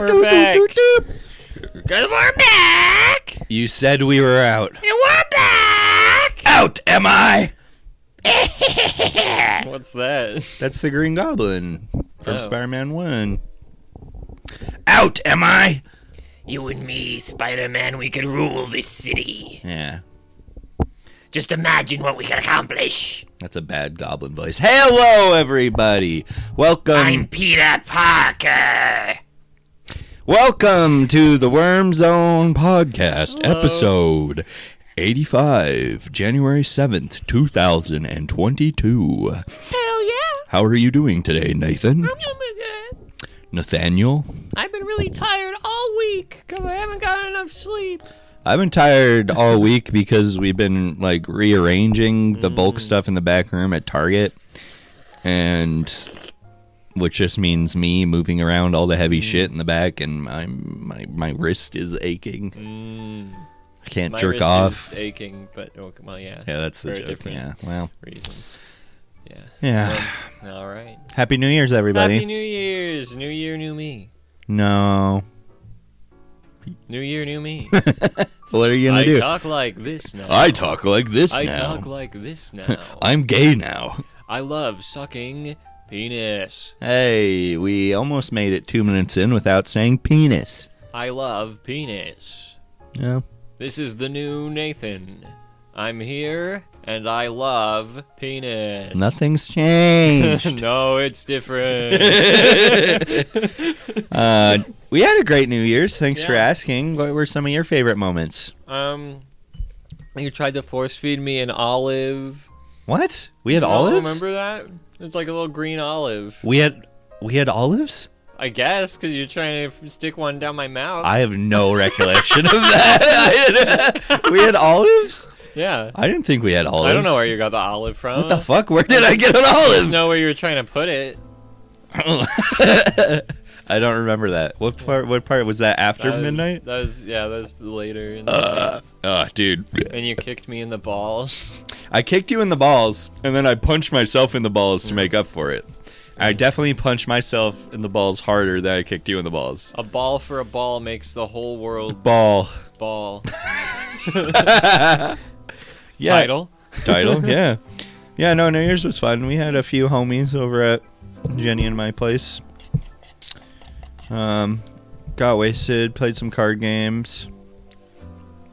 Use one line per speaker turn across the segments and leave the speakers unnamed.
We're back. Because we're back.
You said we were out.
And we're back.
Out am I?
What's that?
That's the Green Goblin from
Oh.
Spider-Man One. Out am I?
You and me, Spider Man, we could rule this city.
Yeah,
Just imagine what we could accomplish.
that's a bad Goblin voice. Hello, everybody. Welcome.
I'm Peter Parker.
Welcome to the Worm Zone podcast, episode 85, January 7th, 2022.
Hell yeah.
How are you doing today, Nathan?
Oh my god.
Nathaniel?
I've been really tired all week because I haven't got enough sleep.
I've been tired all week because we've been like rearranging the
Mm.
bulk stuff in the back room at Target. And which just means me moving around all the heavy
Mm.
shit in the back and I'm my my wrist is aching. I can't
My
Mm. jerk
wrist
off.
Is aching, but oh, well, yeah.
Yeah, that's the
Very
joke.
different
Yeah. Well.
reason. Yeah.
Yeah.
Well, all right.
Happy New Year's, everybody.
Happy New Year's. New year, new me.
no.
New year, new me.
What are you gonna
I
do?
talk like this now.
like this
I talk like this now.
I'm gay now.
I love sucking penis.
Hey, we almost made it two minutes in without saying penis.
I love penis.
Yeah.
This is the new Nathan. I'm here and I love penis.
Nothing's changed.
no, it's different.
uh, we had a great New Year's. Thanks for
Yeah.
asking. What were some of your favorite moments?
um, you tried to force feed me an olive.
What? We had
You don't
olives.
Remember that? It's like a little green olive.
We had we had olives.
I guess because you're trying to f- stick one down my mouth.
I have no recollection of that. I had- we had olives.
yeah.
I didn't think we had olives.
I don't know where you got the olive from.
What the fuck? Where did I get an
I just
olive?
know where you were trying to put it.
I don't remember that. What part? What part was that after
That was-
midnight?
That was yeah. That was later. In the- Ah,
Oh, dude.
and you kicked me in the balls.
I kicked you in the balls, and then I punched myself in the balls to make up for it. I definitely punched myself in the balls harder than I kicked you in the balls.
A ball for a ball makes the whole world
Ball.
ball.
Yeah.
Title.
Title. Yeah. Yeah. No, New Year's was fun. We had a few homies over at Jenny and my place. Um, got wasted, played some card games,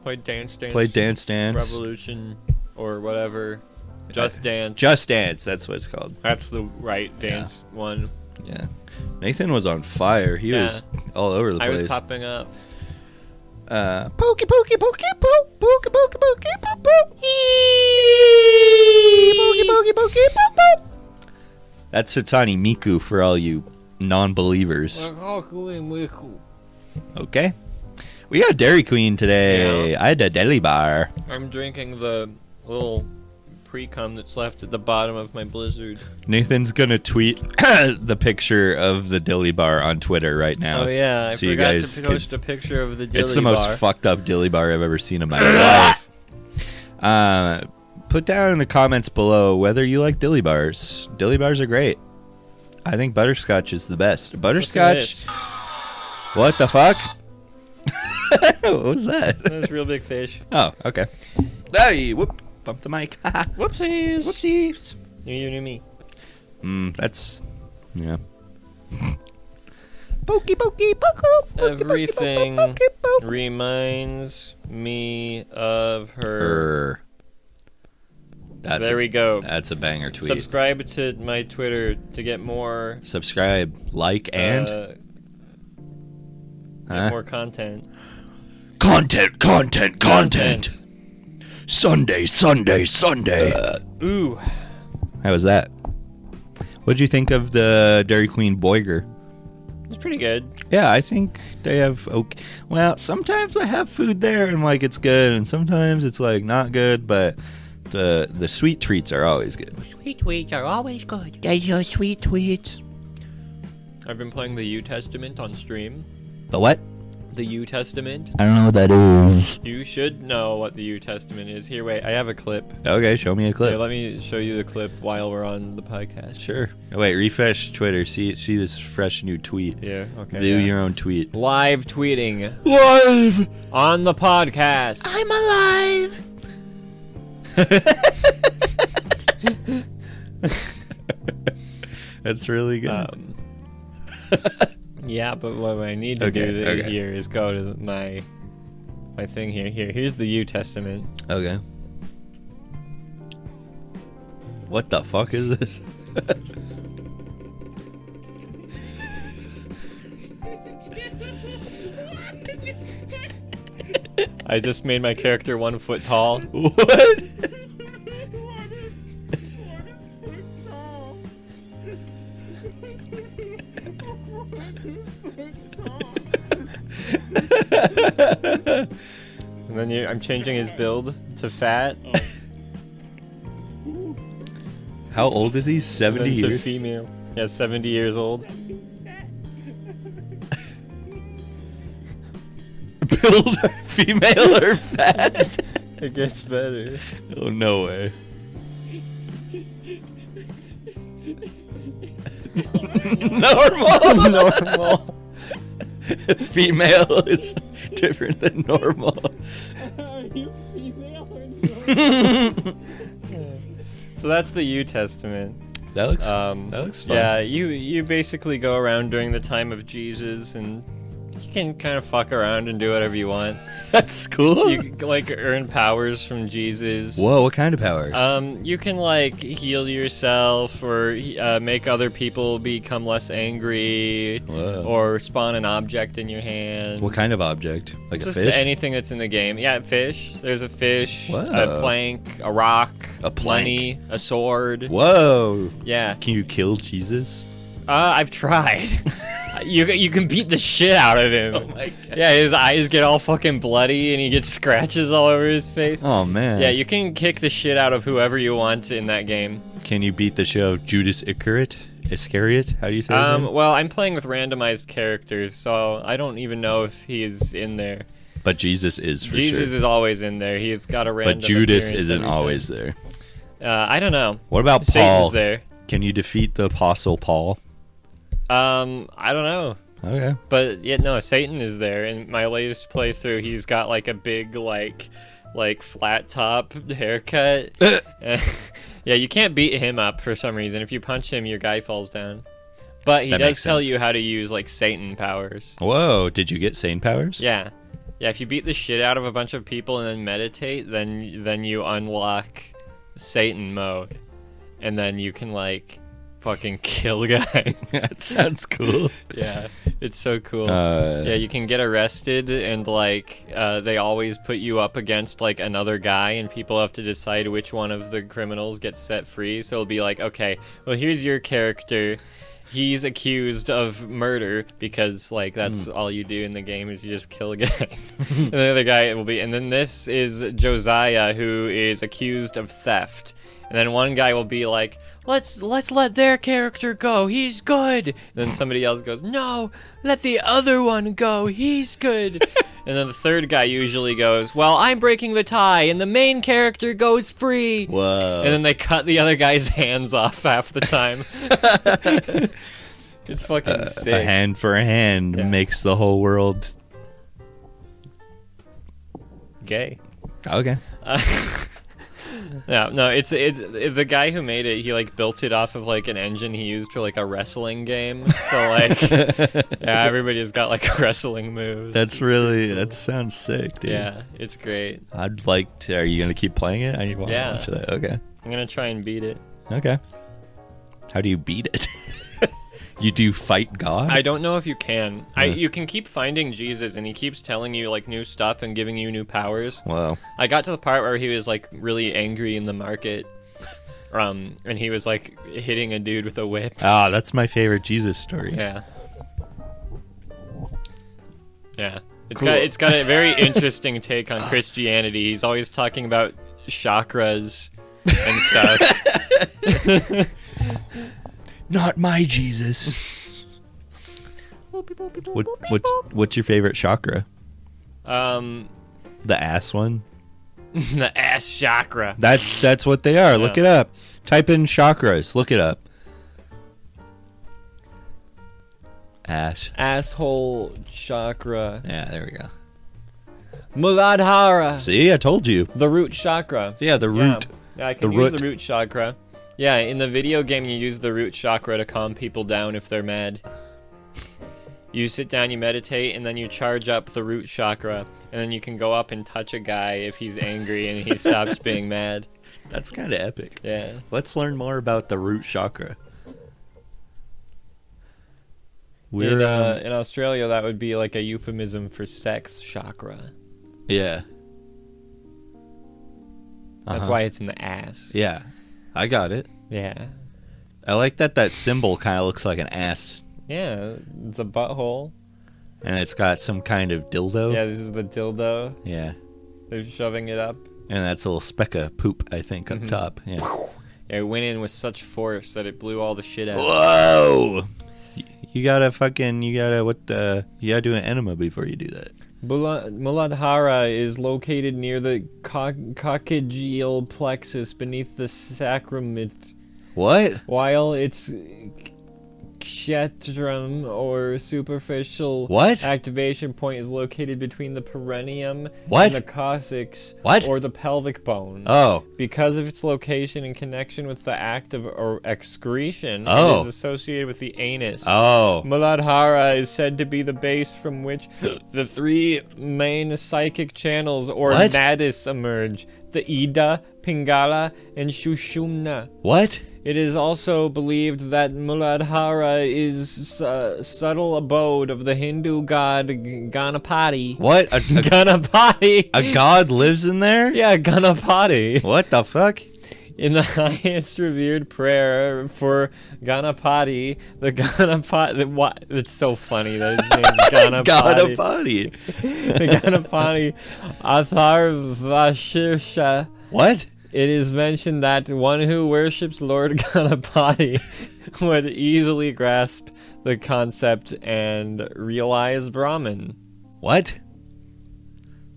Played Dance Dance.
played Dance Dance.
Revolution or whatever. Just Dance.
Just Dance, that's what it's called.
That's the right dance one.
Yeah. Nathan was on fire. He
Yeah.
was all over the
I
place.
was popping up.
uh, pokey, pokey, pokey, poke, pokey, pokey, pokey, poke, poke. Pokey, pokey, pokey, poke, poke. That's Hitani Miku for all you non-believers. Okay. We got Dairy Queen today. I had a deli bar.
I'm drinking the little pre cum that's left at the bottom of my blizzard.
Nathan's gonna tweet the picture of the dilly bar on Twitter right now.
Oh yeah, I
so you
forgot
guys
to
can
post a picture of the dilly
it's the most
bar.
fucked up dilly bar I've ever seen in my life. Uh, put down in the comments below whether you like dilly bars. Dilly bars are great. I think butterscotch is the best.
Look at
Butterscotch. What the fuck? what was that?
this. That's real big fish.
Oh, okay. Hey, whoop! Bump the mic.
Whoopsies.
Whoopsies.
New year, new me.
Mm, that's yeah. Pokey, pokey, poko.
Everything
pokey,
reminds me of her.
Er. That's
there
a
we go.
That's a banger tweet.
Subscribe to my Twitter to get more
Subscribe, like, and
uh, get
Huh?
more content.
content, content,
Content.
Sunday, Sunday, Sunday.
Ooh,
Uh, How was that? What'd you think of the Dairy Queen Boiger?
it's pretty good.
Yeah, I think they have okay. Well, sometimes I have food there and like it's good, and sometimes it's like not good. But the the sweet treats are always good.
Sweet tweets are always good.
There's your sweet tweets.
I've been playing the U Testament on stream.
The what?
The U Testament.
I don't know what that is.
You should know what the U Testament is. Here, wait, I have a clip.
Okay, show me a
Here,
clip.
let me show you the clip while we're on the podcast.
sure. Oh, wait, refresh Twitter. See see this fresh new tweet.
Yeah. Okay.
Do
yeah.
your own tweet.
Live tweeting
Live.
on the podcast.
I'm alive. That's really good.
Um, yeah, but what I need to
Okay,
do th-
okay.
here is go to my my thing here. Here, here's the U Testament.
okay. What the fuck is this?
I just made my character one foot tall.
What?
And then you, I'm changing his build to fat,
Oh. How old is he?
and
70
then to
years?
female. Yeah, 70 years old.
Build or female or fat?
It gets better.
oh, no way. normal.
Normal.
female is different than normal.
So that's the U Testament.
That looks
Um,
that looks fun.
Yeah, you you basically go around during the time of Jesus, and you can kind of fuck around and do whatever you want.
that's cool.
You can, like earn powers from Jesus.
Whoa, what kind of powers?
Um, you can like heal yourself or uh, make other people become less angry,
Whoa.
or spawn an object in your hand.
what kind of object? Like
Just
a fish?
anything that's in the game. Yeah, fish. There's a fish,
Whoa.
a plank, a rock,
A plank.
money, a sword.
Whoa!
Yeah.
Can you kill Jesus?
Uh, I've tried. you you can beat the shit out of him.
Oh my God.
Yeah, his eyes get all fucking bloody and he gets scratches all over his face.
Oh man!
Yeah, you can kick the shit out of whoever you want in that game.
Can you beat the show Judas Iscariot? Iscariot? How do you say his
Um,
name?
well, I'm playing with randomized characters, so I don't even know if he is in there.
But Jesus is for
Jesus
sure.
is always in there. He's got a random.
but Judas
appearance
isn't
every time.
always there.
Uh, I don't know.
What about Paul?
Satan's there.
Can you defeat the apostle Paul?
Um, I don't know.
Okay.
But yeah, no, Satan is there. In my latest playthrough, he's got like a big like like flat top haircut. yeah, you can't beat him up for some reason. If you punch him, your guy falls down. But he
That
does
makes
tell
sense.
you how to use like Satan powers.
Whoa! Did you get sane powers?
Yeah. Yeah, if you beat the shit out of a bunch of people and then meditate, then then you unlock Satan mode. And then you can like fucking kill guys.
that sounds cool.
yeah. It's so cool.
Uh,
Yeah, you can get arrested, and like uh, they always put you up against like another guy, and people have to decide which one of the criminals gets set free. So it'll be like, okay, well here's your character. He's accused of murder because like that's all you do in the game is you just kill guys. and the other guy will be, and then this is Josiah who is accused of theft. And then one guy will be like, "Let's let's let their character go. He's good." And then somebody else goes, "No, let the other one go. He's good." and then the third guy usually goes, "Well, I'm breaking the tie and the main character goes free."
Whoa.
And then they cut the other guy's hands off half the time. it's fucking sick.
a Uh, hand for a hand
Yeah.
makes the whole world
Gay.
okay.
No, no, it's it's it- the guy who made it. He like built it off of like an engine he used for like a wrestling game. So like, yeah, everybody's got like wrestling moves.
That's really that sounds sick, dude.
yeah, it's great.
I'd like to. Are you gonna keep playing it? I want
Yeah.
to watch that. Okay.
I'm gonna try and beat it.
Okay. How do you beat it? you do fight God.
I don't know if you can. I
Yeah.
you can keep finding Jesus, and he keeps telling you like new stuff and giving you new powers.
Wow.
I got to the part where he was like really angry in the market, um, and he was like hitting a dude with a whip.
Ah, that's my favorite Jesus story.
Yeah. Yeah. It's
Cool.
got it's got a very interesting take on Christianity. He's always talking about chakras and stuff.
Not my Jesus. What what's what's your favorite chakra?
Um,
The ass one.
the ass chakra.
That's that's what they are. Look
Yeah.
it up. Type in chakras. Look it up. Ash.
Asshole chakra.
Yeah, there we go.
Muladhara.
See, I told you.
The root chakra.
Yeah, the
Yeah.
root.
Yeah, I can
The
use
root.
the root chakra. Yeah, in the video game, you use the root chakra to calm people down if they're mad. You sit down, you meditate, and then you charge up the root chakra, and then you can go up and touch a guy if he's angry and he stops being mad.
That's kind of epic.
Yeah.
Let's learn more about the root chakra.
in,
We're
uh,
um,
in Australia, that would be like a euphemism for sex chakra.
yeah.
That's
Uh-huh.
why it's in the ass.
Yeah, I got it.
Yeah.
I like that that symbol kind of looks like an ass,
Yeah, it's a butthole.
and it's got some kind of dildo.
Yeah, this is the dildo.
Yeah.
They're shoving it up.
And that's a little speck of poop, I think, up top. Yeah.
Yeah, it went in with such force that it blew all the shit out.
Whoa! Y- You gotta fucking, you gotta, what the, you gotta do an enema before you do that.
Bula- Muladhara is located near the coc- coccygeal plexus beneath the sacrum,
What?
while its kshetram or superficial
What?
activation point is located between the perineum
What?
and the coccyx
What?
or the pelvic bone.
Oh,
Because of its location in connection with the act of or excretion, it
Oh.
is associated with the anus.
oh.
Muladhara is said to be the base from which the three main psychic channels or
What?
nadis emerge the Ida, Pingala, and Shushumna.
What?
It is also believed that Muladhara is a subtle abode of the Hindu god G- Ganapati.
What? A,
Ganapati?
a, a god lives in there?
yeah, Ganapati.
What the fuck?
In the highest revered prayer for Ganapati, the Ganapati, the, why, it's so funny that his name's
God a
Ganapati.
body.
the Ganapati Athar Vashirsha.
What?
It is mentioned that one who worships Lord Ganapati would easily grasp the concept and realize Brahman.
What?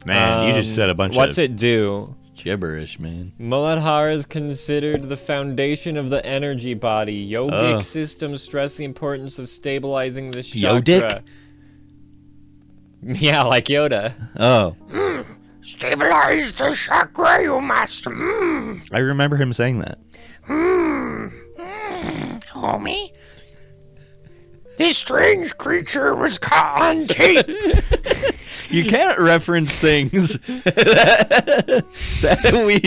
Man, you just
Um,
said a bunch
What's
of
it do?
gibberish, man.
Muladhara is considered the foundation of the energy body. Yogic
Oh.
systems stress the importance of stabilizing the
Yodic?
chakra. Yeah, like Yoda.
Oh,
Stabilize the chakra, you must. Mmm.
I remember him saying that.
Homie. This strange creature was caught on tape.
You can't reference things that we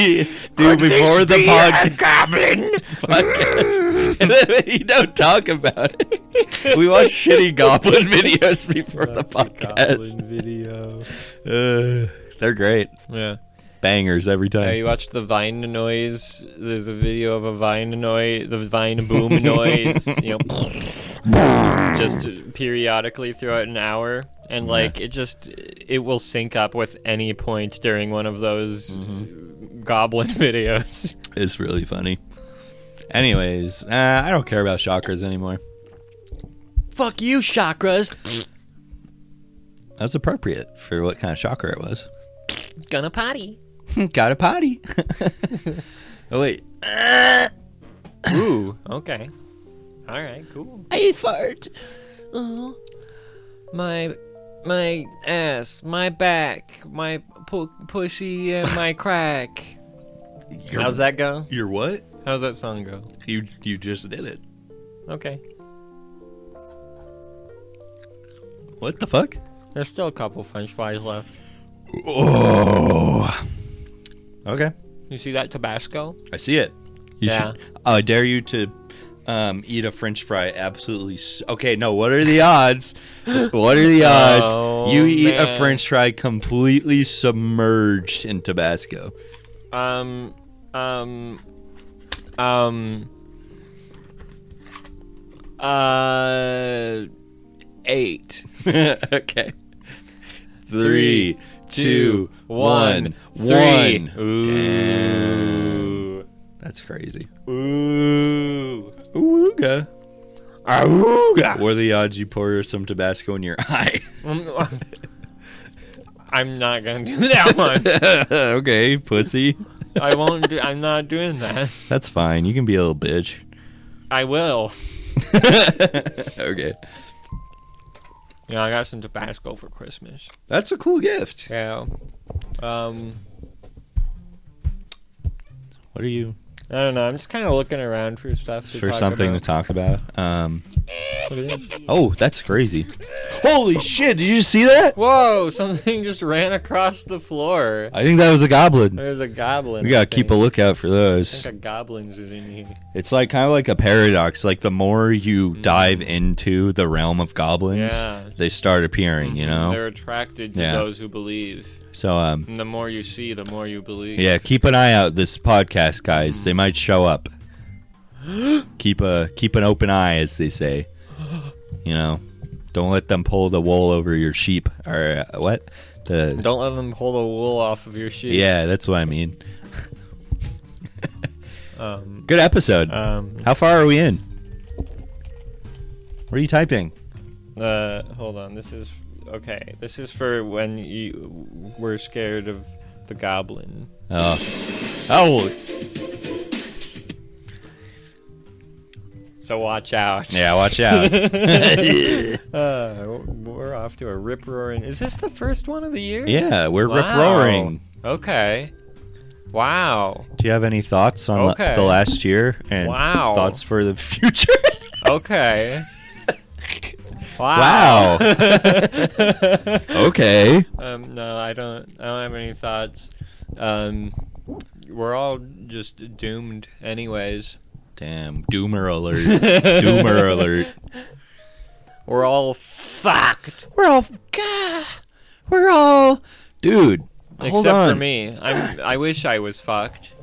do
Could this
before the
be
pod-
a goblin.
podcast. And then you don't talk about it. We watch shitty goblin videos before the podcast.
video.
Uh, they're great.
Yeah.
Bangers every
Uh,
time.
you watched the vine noise. There's a video of a vine noise, the vine boom noise. You know, just periodically throughout an hour, and like it just it will sync up with any point during one of those Mm-hmm. goblin videos.
It's really funny. Anyways, uh, I don't care about chakras anymore.
Fuck you, chakras.
That's appropriate for what kind of chakra it was.
Gonna potty.
Got a potty. oh, wait.
Ooh. Okay. All right. Cool.
I fart.
My, my ass, my back, my pu- pussy, and my crack. How's that go?
Your what?
How's that song go?
You you just did it.
Okay.
What the fuck?
There's still a couple French fries left.
Oh. Okay.
You see that Tabasco?
I see it. You
Yeah.
should. I dare you to um, eat a French fry. Absolutely. S- okay. No. What are the odds? what are the odds?
Oh,
you eat a
man.
French fry completely submerged in Tabasco.
Um, um, um, uh, eight.
okay. Three, two, one,
three.
one.
Ooh.
That's crazy.
Ooh.
Ooga.
Auga.
What are the odds you pour some Tabasco in your eye?
Um, I'm not gonna do that one.
okay, pussy.
I won't. Do, I'm not doing that.
That's fine. You can be a little bitch.
I will.
okay.
Yeah, I got some Tabasco for Christmas.
That's a cool gift.
Yeah. Um,
What are you
I don't know. I'm just kind of looking around for stuff to
for
talk
something
about.
to talk about? Um
Look at this.
Oh, that's crazy. Holy shit, did you see that?
Whoa! Something just ran across the floor.
I think that was a goblin.
There's a goblin.
We gotta
I
keep a
think.
lookout for
I
those.
think a goblin's is in here.
It's like kind of like a paradox. Like the more you dive into the realm of goblins,
Yeah. Mm-hmm.
they start appearing, you know?
They're attracted to
Yeah.
those who believe.
So um
And the more you see, the more you believe.
Yeah, keep an eye out this podcast, guys. They might show up. keep a keep an open eye, as they say. You know, don't let them pull the wool over your sheep or uh, what the.
Don't let them pull the wool off of your sheep.
Yeah, that's what I mean.
Um,
Good episode.
um,
How far are we in? What are you typing?
uh, hold on. This is okay. This is for when you were scared of the goblin.
Oh, oh,
So watch out.
yeah. Watch out.
Uh, we're off to a rip roaring. Is this the first one of the year?
yeah, we're rip
Wow.
roaring.
Okay. Wow.
Do you have any thoughts on
Okay.
the last year and
Wow. Oh,
thoughts for the future?
Okay.
wow. okay.
Um, no, I don't. I don't have any thoughts. Um, we're all just doomed, anyways.
Damn, doomer alert. doomer alert.
We're all fucked,
We're all God. We're all dude. hold
except
on.
for me. I'm. I wish I was fucked.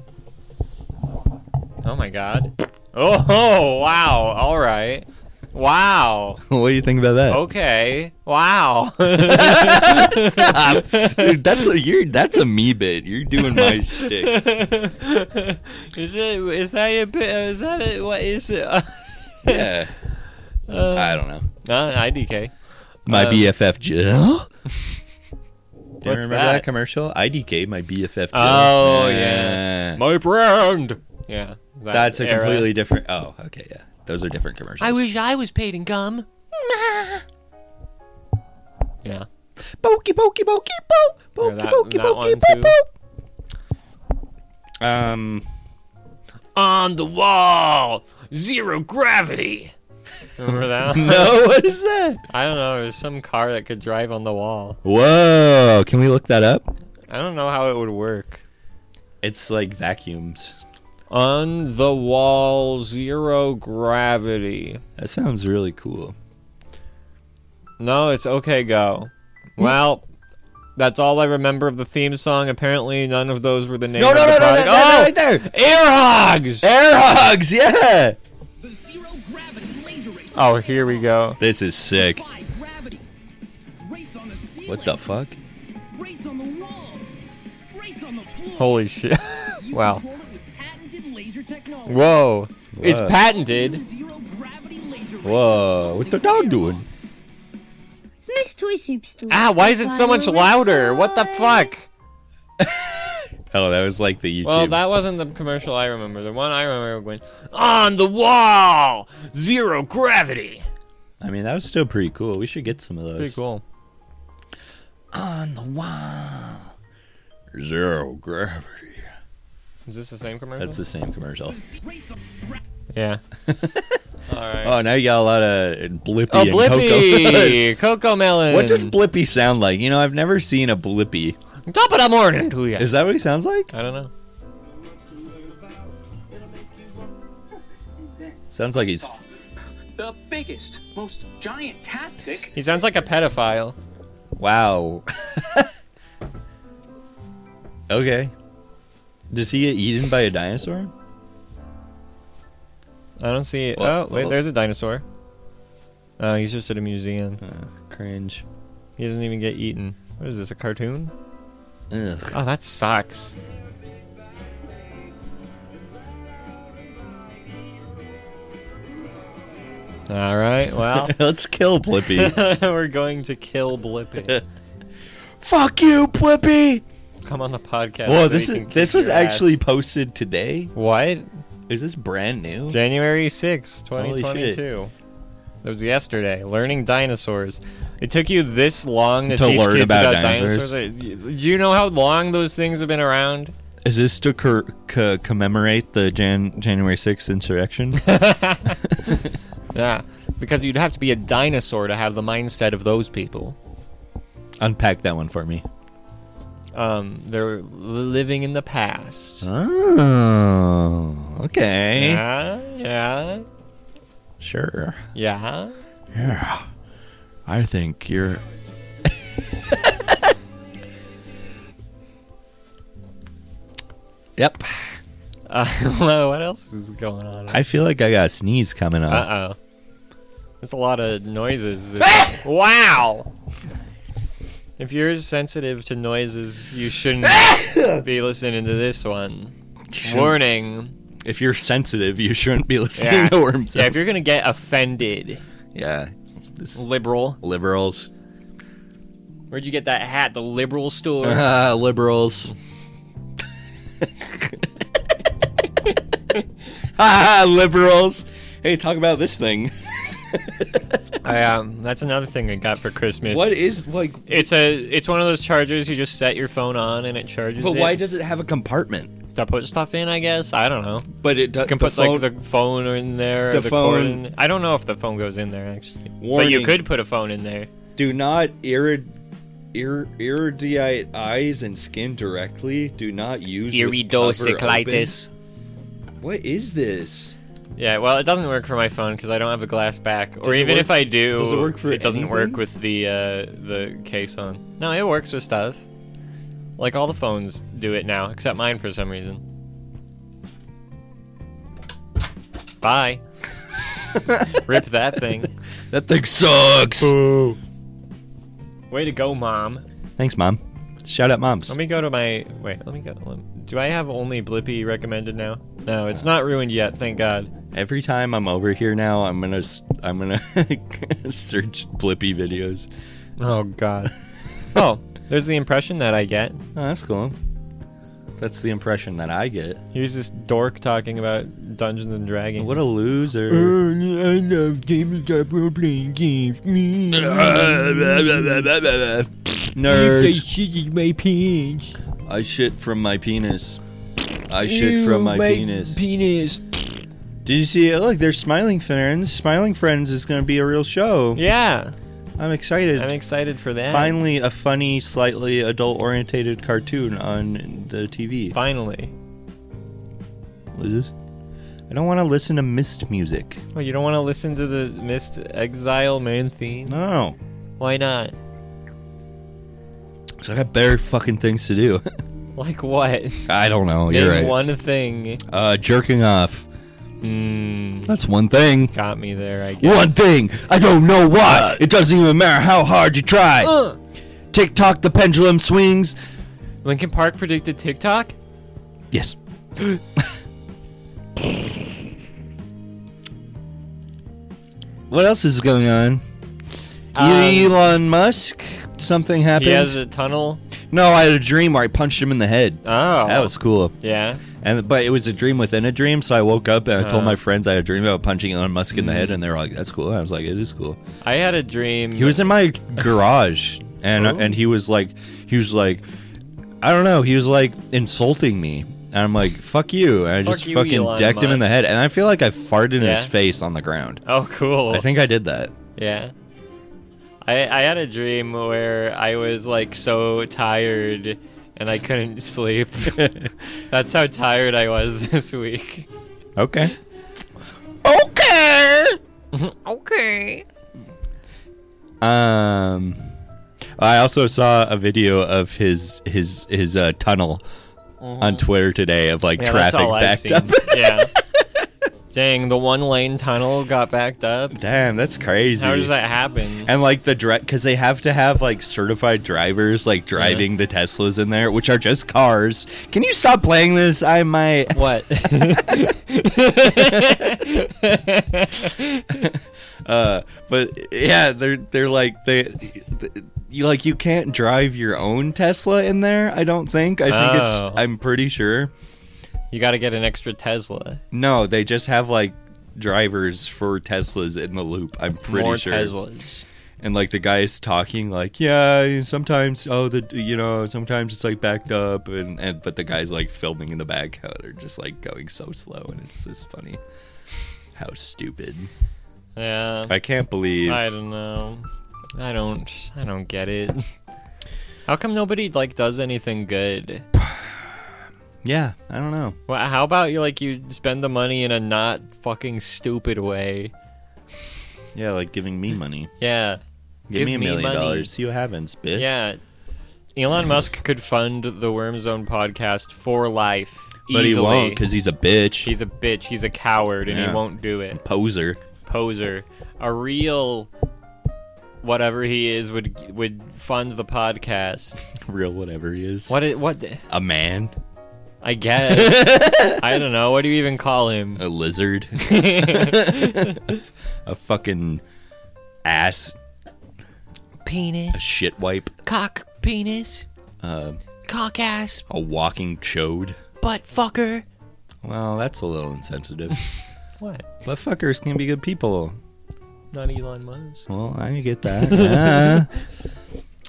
Oh my god. Oh wow. All right. Wow.
What do you think about that?
Oh. Okay. Wow.
Stop. Dude, that's a you're that's a me bit. You're doing my shtick.
is it? Is that a bit? uh, Is that it? What is it?
Yeah.
Uh,
I don't know.
Uh, IDK.
My
um,
BFF Jill. Do you
What's
remember that?
that?
commercial? IDK, my BFF Jill.
Oh, yeah. My brand. Yeah. that
That's a
era.
completely different. Oh, okay, yeah. Those are different commercials.
I wish I was paid in gum. yeah.
Pokey, pokey, pokey, poke,
Or
pokey,
that-
pokey,
that
pokey,
one
poke,
too.
poke. Um,
On the wall. Zero gravity. Remember that?
no, what is that?
I don't know. It was some car that could drive on the wall.
Whoa, can we look that up?
I don't know how it would work.
It's like vacuums.
On the wall, zero gravity.
That sounds really cool.
No, it's okay, go. Well, that's all I remember of the theme song. Apparently, none of those were the name of the product. oh!
there.
Air hogs!
Air hogs, yeah.
The zero gravity laser race.
Oh, here we go.
This is sick.
Defy gravity. Race on the ceiling.
What the fuck?
Race on the walls. Race on the floor.
Holy shit.
You
wow.
control it with patented laser technology.
Whoa. It's
Whoa.
The
patented.
zero gravity laser race.
Whoa, what the dog doing?
Smash Toy Soup Store.
Ah, why is it so much louder? What the fuck?
Oh, that was like the YouTube.
Well, that wasn't the commercial I remember. The one I remember went, On the wall! Zero gravity!
I mean, that was still pretty cool. We should get some of those.
Pretty cool.
On the wall. Zero gravity.
Is this the same commercial?
That's the same commercial.
Race on gra-
yeah. Alright.
Oh, now you got a lot of Blippy
oh,
and Coco.
Blippy! Coco Melon!
what does Blippy sound like? You know, I've never seen a Blippy.
Top of the morning to you!
Is that what he sounds like?
I don't know.
Sounds like he's.
the biggest, most giantastic
He sounds like a pedophile.
Wow. okay. Does he get eaten by a dinosaur?
I don't see it.
Well-
oh, wait, there's a dinosaur. Oh, he's just at a museum.
Uh, cringe.
He doesn't even get eaten. What is this, a cartoon?
Ugh.
Oh, that sucks. All right. Well,
Let's kill Blippi.
we're going to kill Blippi.
Fuck you, Blippi.
Come on the podcast.
Whoa,
so
this
he
is
can
this
kick
was
your ass.
actually posted today.
what
Is this brand new?
January sixth,
Holy shit.
2022. That was yesterday. Learning dinosaurs. It took you this long to,
To
teach
learn
kids
about
dinosaurs. Uh,
dinosaurs?
Do you know how long those things have been around?
Is this to cur- c- commemorate the Jan- January 6th insurrection?
Yeah, because you'd have to be a dinosaur to have the mindset of those people.
Unpack that one for me.
Um, they're living in the past.
Oh, okay.
Yeah, yeah,
Sure.
yeah.
I think you're. yep.
Uh, well, what else is going on?
I feel like I got a sneeze coming up.
Uh oh. There's a lot of noises.
Ah!
this- wow! If you're sensitive to noises, you shouldn't
Ah!
be listening to this one. Uh-uh. Warning.
If you're sensitive, you shouldn't be listening
Yeah.
to Worms.
Yeah, if you're gonna get offended,
yeah. This is
liberal.
liberals.
Where'd you get that hat? The liberal store.
Ah, liberals. ah, liberals. Hey, talk about this thing.
I, um, that's another thing I got for Christmas.
What is like?
It's a it's one of those chargers you just set your phone on and it charges.
But
it
why does it have a compartment?
to put stuff in? I guess I don't know.
But it does.
You can
the
put
phone,
like the phone in there. or
the
the cord
phone-
in- I don't know if the phone goes in there actually. But you
Warning.
could put a phone in there.
do not irrid, ir, irradiate eyes and skin directly. Do not use with
Iridocyclitis.
cover open. What is this?
Yeah, well, it doesn't work for my phone because I don't have a glass back. or
it
even
work-
if I do,
does it work for
doesn't work
anything?
with the uh, the case on. No, it works with stuff. Like all the phones do it now, except mine for some reason. Bye. Rip that thing.
That thing sucks.
Way to go, mom.
Thanks, mom. Shout out, moms.
Let me go to my wait. Let me go. let- Do I have only Blippi recommended now? No, it's not ruined yet. Thank God.
Every time I'm over here now, I'm gonna s- I'm gonna search Blippi videos.
Oh God. oh, there's the impression that I get.
Oh, that's cool. That's the impression that I get.
Here's this dork talking about Dungeons and Dragons.
What a loser!
I love tabletop role playing games.
Nerd.
shit in my pants.
I shit from my penis. I shit from my, penis.
Penis.
Did you see it? Look, they're smiling friends. Smiling friends is gonna be a real show.
Yeah,
I'm excited.
I'm excited for that.
Finally, a funny, slightly adult-orientated cartoon on the TV.
Finally.
What is this? I don't want to listen to mist music.
Well, Oh, you don't want to listen to the Mist Exile main theme?
No.
Why not?
So I got better fucking things to do.
Like what?
I don't know.
Name
You're right.
one thing.
Uh, jerking off.
Mm,
That's one thing.
got me there, I guess.
One thing. I don't know why. it doesn't even matter how hard you try.
Uh.
Tick tock, the pendulum swings.
Lincoln Park predicted TikTok?
Yes. what else is going on?
Um,
Elon Musk. Something happened.
He has a tunnel.
no, I had a dream where I punched him in the head.
Oh.
That was cool.
Yeah.
And but it was a dream within a dream, so I woke up and I
Uh. Mm.
told my friends I had a dream about punching Elon Musk in the head, and they were like, "That's cool." And I was like, "It is cool."
I had a dream.
He was in my garage, and
Oh.
and he was like, he was like, I don't know, he was like insulting me, and I'm like, "Fuck you!" And I
Fuck
just
you,
fucking
Elon
decked him in the
Musk.
head, and I feel like I farted in
Yeah?
his face on the ground.
Oh, cool.
I think I did that.
Yeah. I I had a dream where I was like so tired and I couldn't sleep. That's how tired I was this week.
Okay.
Okay. okay.
Um, I also saw a video of his his his uh, tunnel on Twitter today of like
Mm-hmm. Yeah, that's
traffic
all I've
backed
seen.
up.
yeah. Dang, the one lane tunnel got backed up.
Damn, that's crazy.
How does that happen?
And like the direct, because they have to have like certified drivers like
Uh-huh.
driving the Teslas in there, which are just cars. Can you stop playing this? I might.
What?
Uh, but yeah, they're they're like they, th- you like you can't drive your own Tesla in there. I don't think. I think
Oh.
it's. I'm pretty sure.
you got to get an extra Tesla.
No, they just have like drivers for Teslas in the loop. I'm pretty
More
sure.
Teslas.
and like the guy's talking like yeah sometimes oh the you know sometimes it's like backed up and, and but the guy's like filming in the back how they're just like going so slow and it's just funny how stupid
Yeah.
i can't believe
I don't know. I don't. I don't get it. How come nobody like does anything good?
yeah i don't know
Well, how about you like you spend the money in a not fucking stupid way?
yeah like giving me money
Yeah.
give,
Give
me a
me
million
money.
dollars see what happens bitch
Yeah. Elon Musk could fund the Worm Zone podcast for life
but he
easily.
won't because he's a bitch
he's a bitch. He's a coward, and
Yeah.
he won't do it.
poser
Poser, a real whatever he is, would would fund the podcast.
real whatever he is
What? i- What?
a man
I guess. I don't know. What do you even call him?
a lizard a fucking ass
penis.
a shit wipe
Cock penis.
uh,
Cock ass.
a walking chode.
Butt fucker.
Well, that's a little insensitive.
What?
but fuckers can be good people.
Not Elon Musk.
Well, I get that. yeah.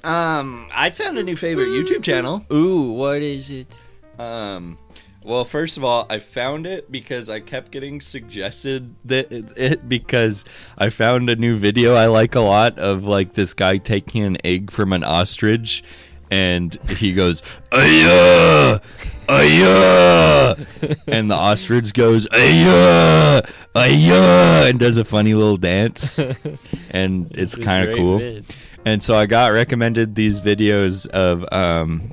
Um, I found a new favorite YouTube channel.
Ooh, what is it?
Um, well, first of all, I found it because I kept getting suggested that it because I found a new video I like a lot of like this guy taking an egg from an ostrich, and he goes ayah, ayah, and the ostrich goes ayah, ayah, and does a funny little dance, and it's kind of cool. And so I got recommended these videos of um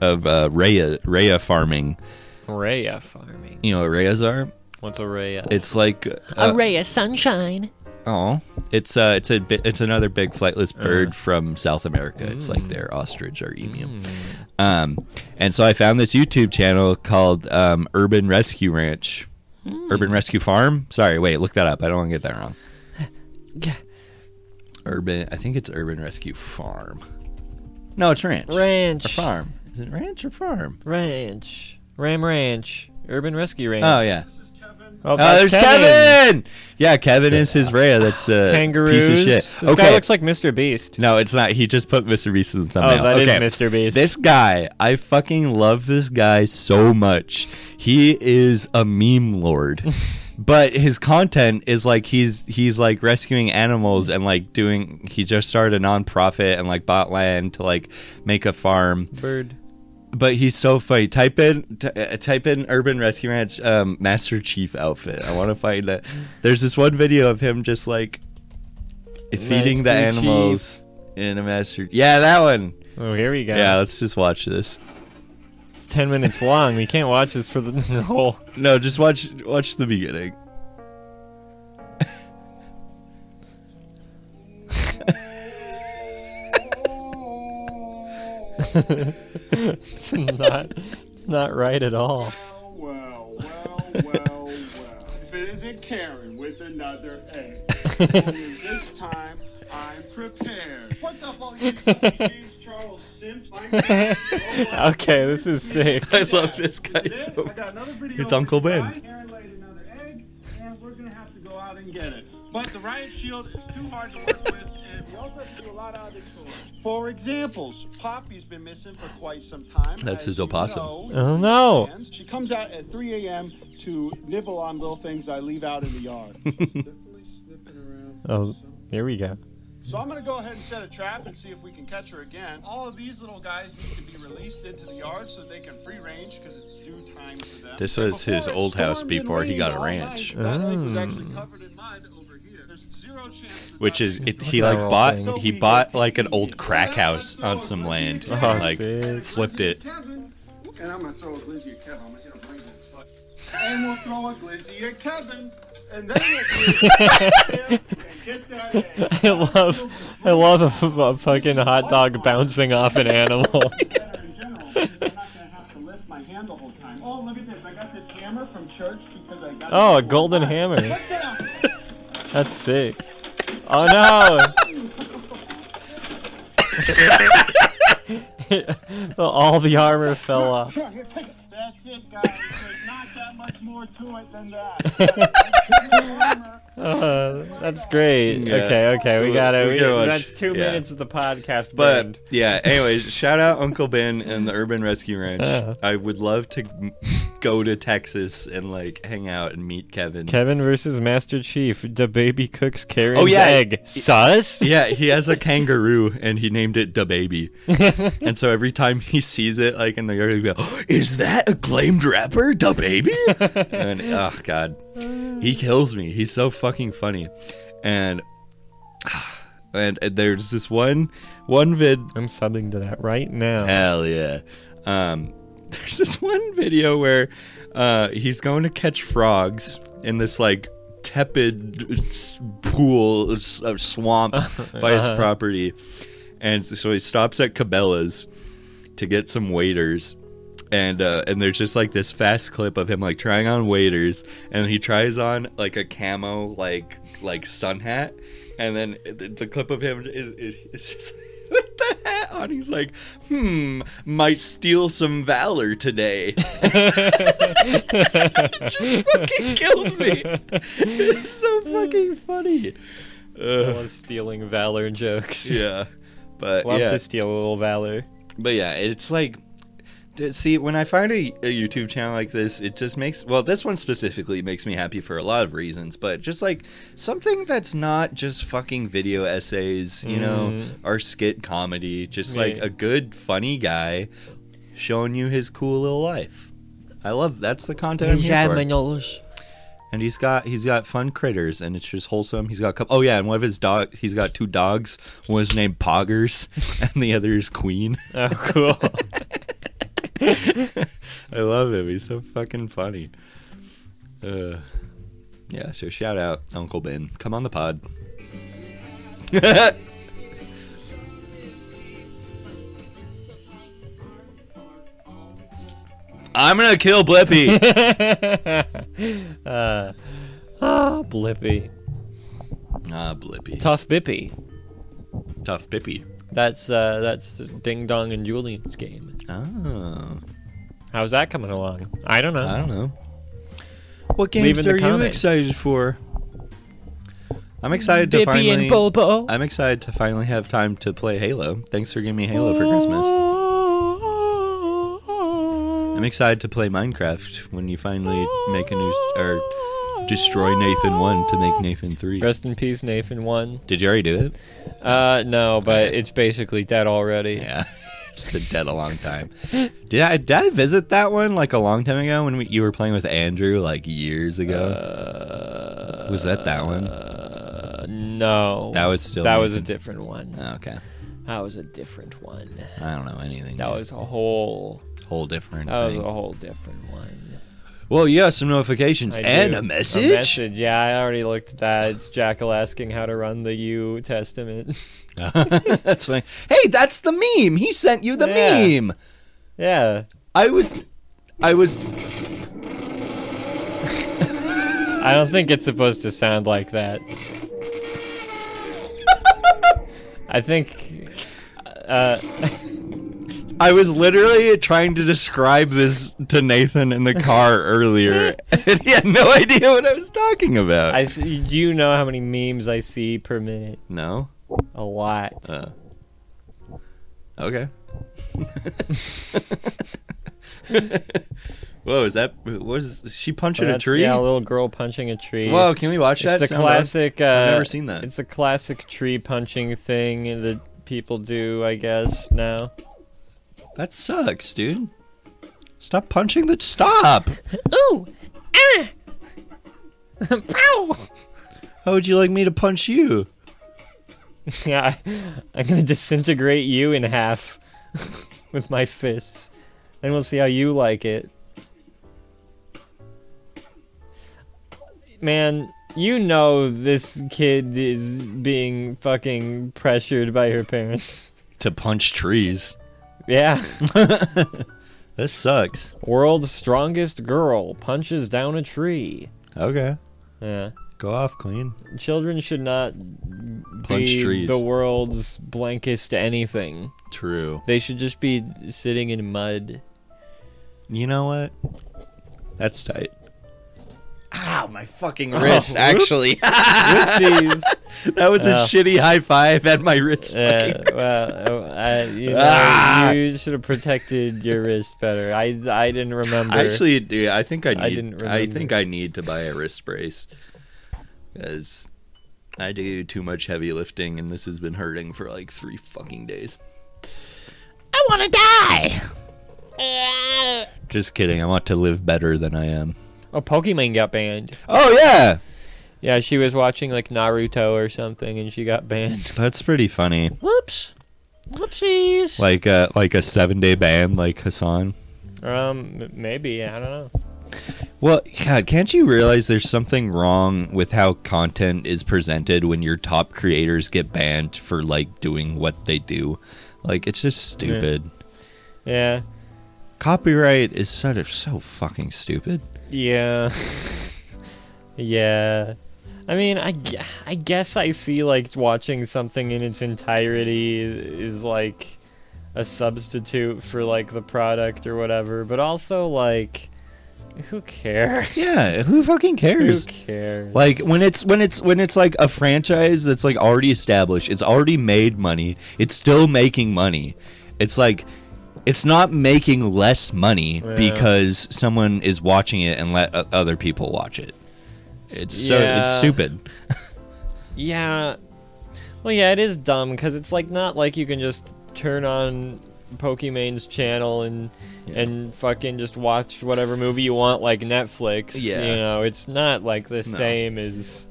of uh Rhea Rhea farming.
Raya farming.
You know what Rheas are?
What's a Raya?
It's like
a
uh,
ray of sunshine.
oh, it's uh it's a bi- it's another big flightless bird from South America. It's like their ostrich or emu. Um and so I found this YouTube channel called um Urban Rescue Ranch. Urban Rescue Farm? Sorry, wait, look that up. I don't want to get that wrong. Urban, I think it's Urban Rescue Farm. No, it's ranch.
ranch.
Or farm. Is it ranch or farm?
Ranch. Ram Ranch. Urban Rescue Ranch.
Oh yeah.
oh,
Oh,
that's
there's Kevin. Yeah, Kevin is his Rhea. That's a
Kangaroos.
piece of shit.
This
okay.
guy looks like Mr. Beast.
no, it's not. He just put Mr. Beast in the
Oh,
thumbnail.
that is
okay.
Mr. Beast.
This guy, I fucking love this guy so much. He is a meme lord. but his content is like he's he's like rescuing animals and like doing he just started a nonprofit and like bought land to like make a farm
bird.
but he's so funny. Type in t- uh, type in Urban Rescue Ranch um, Master Chief outfit. I want to find that. There's this one video of him just like feeding the
Master Chief.
animals in a master. Yeah, that one.
Oh, here we go.
Yeah, let's just watch this.
It's 10 minutes long. We can't watch this for the the whole.
No, just watch watch the beginning.
It's not, it's not right at all.
Well, well, well, well. If it isn't Karen with another egg. Only this time, I'm prepared. What's up, all you sassy James Charles simps? I'm Karen. Oh, wow.
okay, this is sick.
I love this guy
Then
so.
I got another video
It's
over
Uncle
to
Ben.
try. Karen laid another egg, and we're gonna have to go out and get it. But the riot shield is too hard to work with, and we also have to do a lot of other chores. For examples, Poppy's been missing for quite some time.
That's
As
his
you
opossum.
know,
Oh no.
hands. She comes out at 3 a.m. to nibble on little things I leave out in the yard.
Oh, here we go.
so I'm going to go ahead and set a trap and see if we can catch her again. All of these little guys need to be released into the yard so they can free range because it's due time for them.
This
And
was
before
his
it
old house
stormed and
before he
rained
got a
all
ranch.
night, That egg was
Oh.
actually covered in mud over here. There's zero chance that
Which
that
is
egg
it,
Look
he
at
like
that
bought
little
thing.
he bought like an old crack house on some land and
Oh,
like
sick.
flipped it.
Kevin, and I'm gonna throw a glizzy at Kevin. I'm gonna hit him right in the butt. and we'll throw a glizzy at Kevin. And then we'll get that
I
ass.
love, I love a, a fucking hot dog bouncing off an animal.
better in general because I'm not gonna have to lift my hand the whole time. Oh, look at this! I got this hammer from church because I got.
Oh, a
it for
golden
five.
hammer.
Look at him.
That's sick. Oh no! All the armor fell off.
Here, here, take it. That's it, guys. There's not that much more to it than that.
Uh, that's great.
Yeah.
Okay, okay, we
We-
got it.
we
We,
gotta watch-
that's two
yeah.
minutes of the podcast.
But
burned.
yeah, anyways, shout out Uncle Ben and the Urban Rescue Ranch. I would love to go to Texas and like hang out and meet Kevin.
Kevin versus Master Chief, the baby cooks Karen's
Oh, yeah.
egg. Sus?
yeah, he has a kangaroo and he named it Da Baby. and so every time he sees it, like in the yard, he'll go, "Is that acclaimed rapper Da Baby?" and oh god, he kills me. He's so fucking funny. And and there's this one one vid
I'm subbing to that right now.
Hell yeah. Um, there's this one video where uh, he's going to catch frogs in this like tepid s- pool s- uh, swamp by his property. And so he stops at Cabela's to get some waiters. And, uh, and there's just like this fast clip of him like trying on waiters and he tries on like a camo like like sun hat and then the, the clip of him is, is, is just with the hat on he's like hmm might steal some valor today just fucking killed me it's so fucking funny
I
Ugh,
love stealing valor jokes.
yeah but
Love
yeah
to steal a little valor.
But yeah, it's like, d- see, when I find a, a YouTube channel like this, it just makes, well, this one specifically makes me happy for a lot of reasons, but just like something that's not just fucking video essays, you know, or skit comedy, just like
Yeah.
a good, funny guy showing you his cool little life. I love that's the content I'm here for. And he's got he's got fun critters and it's just wholesome. He's got a couple, oh yeah, and one of his dog he's got two dogs. One is named Poggers and the other is Queen.
Oh, cool.
I love him. He's so fucking funny. Uh, yeah, so shout out Uncle Ben. Come on the pod. I'm gonna kill Blippi.
uh, ah, Blippy.
ah, Blippi.
Tough Bippy.
Tough Pippi.
That's uh, that's Ding Dong and Julian's game. Ah.
Oh,
How's that coming along? I don't know.
Ah, I don't know. What
Leave in
games
the
are you
comments.
excited for? I'm excited to finally.
Bippy and Bobo.
I'm excited to finally have time to play Halo. Thanks for giving me Halo for Christmas. I'm excited to play Minecraft when you finally make a new or destroy Nathan one to make Nathan three.
Rest in peace, Nathan. One.
Did you already do it?
Uh, no, but it's basically dead already.
Yeah, it's been dead a long time. Did I did I visit that one like a long time ago when we, you were playing with Andrew like years ago? was that that one?
Uh, no.
That was still
That was a
Nathan. Uh,
different one.
okay,
That was a different one.
I don't know anything.
That
dude.
was a whole.
whole different
That was
thing.
a whole different one.
well, yeah, some notifications
I
and
do.
a message.
Yeah, I already looked at that. It's Jackal asking how to run the U Testament.
that's funny. Hey, that's the meme. He sent you the
Yeah.
meme.
yeah.
I was, I was.
I don't think it's supposed to sound like that. I think. Uh,
I was literally trying to describe this to Nathan in the car earlier, and he had no idea what I was talking about.
I s- do you know how many memes I see per minute?
no.
A lot.
Uh, okay. Whoa, is that was she punching a
That's,
tree?
Yeah, a little girl punching a tree.
Whoa, can we watch
it's
that?
the
Sound on?
classic. Uh,
I've never seen that.
It's the classic tree punching thing that people do, I guess. Now.
That sucks, dude. Stop punching the stop.
Ooh! Ah! Pow!
How would you like me to punch you?
Yeah, I- I'm gonna disintegrate you in half with my fists. Then we'll see how you like it. man, you know this kid is being fucking pressured by her parents.
to punch trees.
Yeah.
This sucks.
World's strongest girl punches down a tree.
Okay.
Yeah.
Go off clean.
Children should not
Punch
be
trees.
the world's blankest anything.
True.
They should just be sitting in mud.
You know what? That's tight. Ow, my fucking
wrist, actually. Oh, Whoopsies.
that was a
Oh.
shitty high five at my wrist.
Yeah,
fucking
Eh, well, uh, I, you, know,
Ah!
you should have protected your wrist better. I, I didn't remember.
Actually, dude, I think I need.
I
I,
didn't
think I need to buy a wrist brace because I do too much heavy lifting, and this has been hurting for like three fucking days.
I want to die.
Just kidding. I want to live better than I am.
oh, Pokemon got banned.
Oh yeah,
Yeah, she was watching like Naruto or something, and she got banned.
that's pretty funny.
Whoops. Whoopsies.
Like a like a seven day ban, like Hassan.
Um, m- maybe I don't know.
Well, God, can't you realize there's something wrong with how content is presented when your top creators get banned for like doing what they do? Like it's just stupid.
Yeah,
Copyright is sort of so fucking stupid.
yeah, yeah. I mean, I, gue- I guess I see like watching something in its entirety is like a substitute for like the product or whatever, but also like, who cares?
Yeah, who fucking
who
cares?
cares?
Like when it's when it's when it's like a franchise that's like already established, it's already made money, it's still making money. It's like it's not making less money
Yeah.
because someone is watching it and let o- other people watch it. It's so it's
Yeah.
stupid.
Yeah. Well, yeah, it is dumb because it's like not like you can just turn on Pokemon's channel and and fucking just watch whatever movie you want, like Netflix.
Yeah.
You know, it's not like the
No.
same as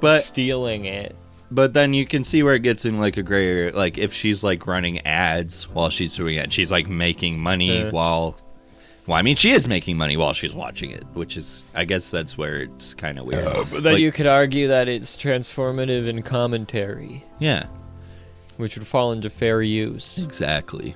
But
stealing it.
but then you can see where it gets in like a gray area. Like if she's like running ads while she's doing it, she's like making money
Yeah.
while. Well, I mean, she is making money while she's watching it, which is, I guess, that's where it's kind of weird.
Uh, But then
Like,
you could argue that it's transformative in commentary,
yeah,
which would fall into fair use.
exactly.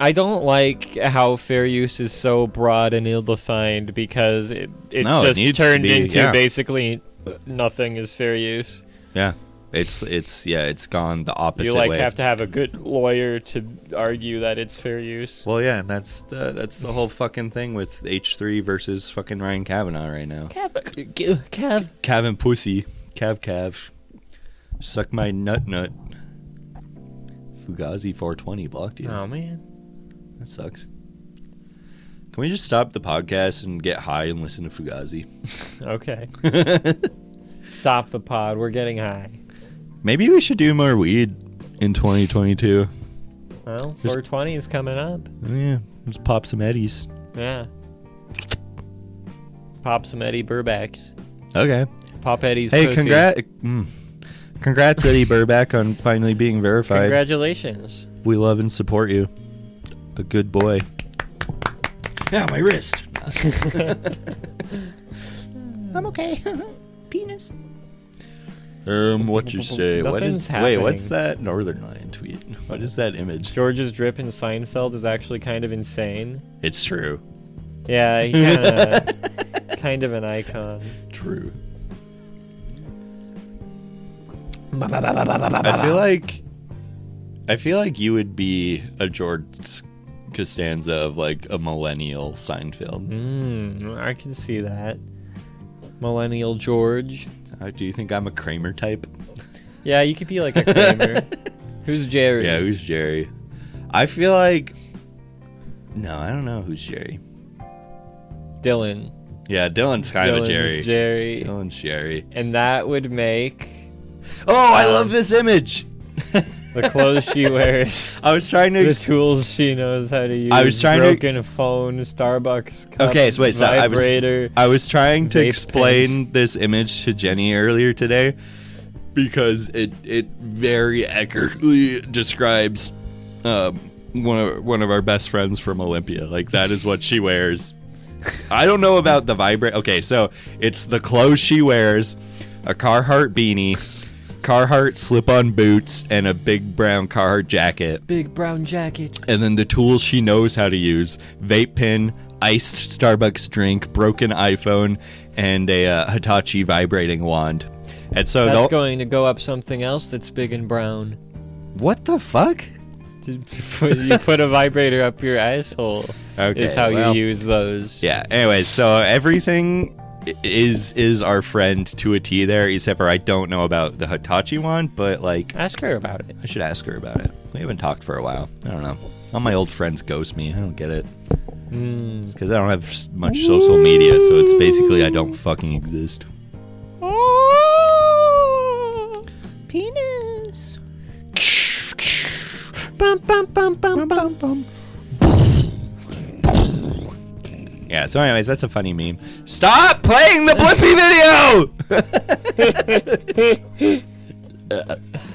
I don't like how fair use is so broad and ill-defined because it it's
No, it
just
needs to
turned
be,
into
yeah.
basically nothing is fair use.
Yeah, it's it's yeah, it's gone the opposite
you like
way.
have to have a good lawyer to argue that it's fair use.
well, yeah, and that's the, that's the whole fucking thing with H three versus fucking Ryan Kavanaugh right now.
Cav, Cav,
Cav and pussy, cav cav, suck my nut nut. Fugazi four twenty blocked you.
Oh, man,
That sucks. Can we just stop the podcast and get high and listen to Fugazi?
okay. Stop the pod. We're getting high.
Maybe we should do more weed in 2022.
Well,
Just-
420 is coming up.
yeah, let's pop some eddies.
Yeah. Pop some Eddie Burbacks.
Okay.
Pop Eddie's.
Hey,
pussy.
congrats, mm, congrats, Eddie Burback, on finally being verified.
Congratulations.
We love and support you. A good boy. Now my wrist.
I'm okay. Penis.
Um, what you say? What
Nothing's
is? Wait, what's
happening.
that Northern Lion tweet? What is that image?
George's drip in Seinfeld is actually kind of insane.
It's true.
Yeah, he kind of kind of an icon.
True. I feel like I feel like you would be a George Costanza of like a millennial Seinfeld.
Mm, I can see that. Millennial George.
Uh, Do you think I'm a Kramer type?
Yeah, you could be like a Kramer. Who's Jerry?
Yeah, who's Jerry? I feel like no, I don't know who's Jerry.
Dylan.
Yeah, Dylan's kind of
Dylan's
Jerry.
Jerry.
Dylan's Jerry.
And that would make
Oh, I love this image.
the clothes she wears,
I was trying to
the
explain.
tools she knows how to use.
I was trying to-
broken phone, Starbucks cup,
Okay, so wait, so I was-
vibrator.
I was trying to
Vape
explain this image to Jenny earlier today because it it very accurately describes um, one of one of our best friends from Olympia. Like that is what she wears I don't know about the vibrate. Okay, so it's the clothes she wears, a Carhartt beanie, Carhartt slip-on boots, and a big brown Carhartt jacket.
Big brown jacket.
And then the tools she knows how to use: vape pen, iced Starbucks drink, broken iPhone, and a uh, Hitachi vibrating wand. And so
That's
the-
going to go up something else that's big and brown.
what the fuck?
you put a vibrator up your asshole.
Okay,
is how
well.
you use those.
Yeah. Anyway, so everything i- is is our friend to a T there, except for I don't know about the Hitachi one, but like
Ask her about it.
I should ask her about it. We haven't talked for a while. I don't know. All my old friends ghost me. I don't get it.
Hmm.
It's because I don't have s- much social media, so it's basically I don't fucking exist.
Penis.
Yeah. So, anyways, that's a funny meme. Stop playing the Blippi video.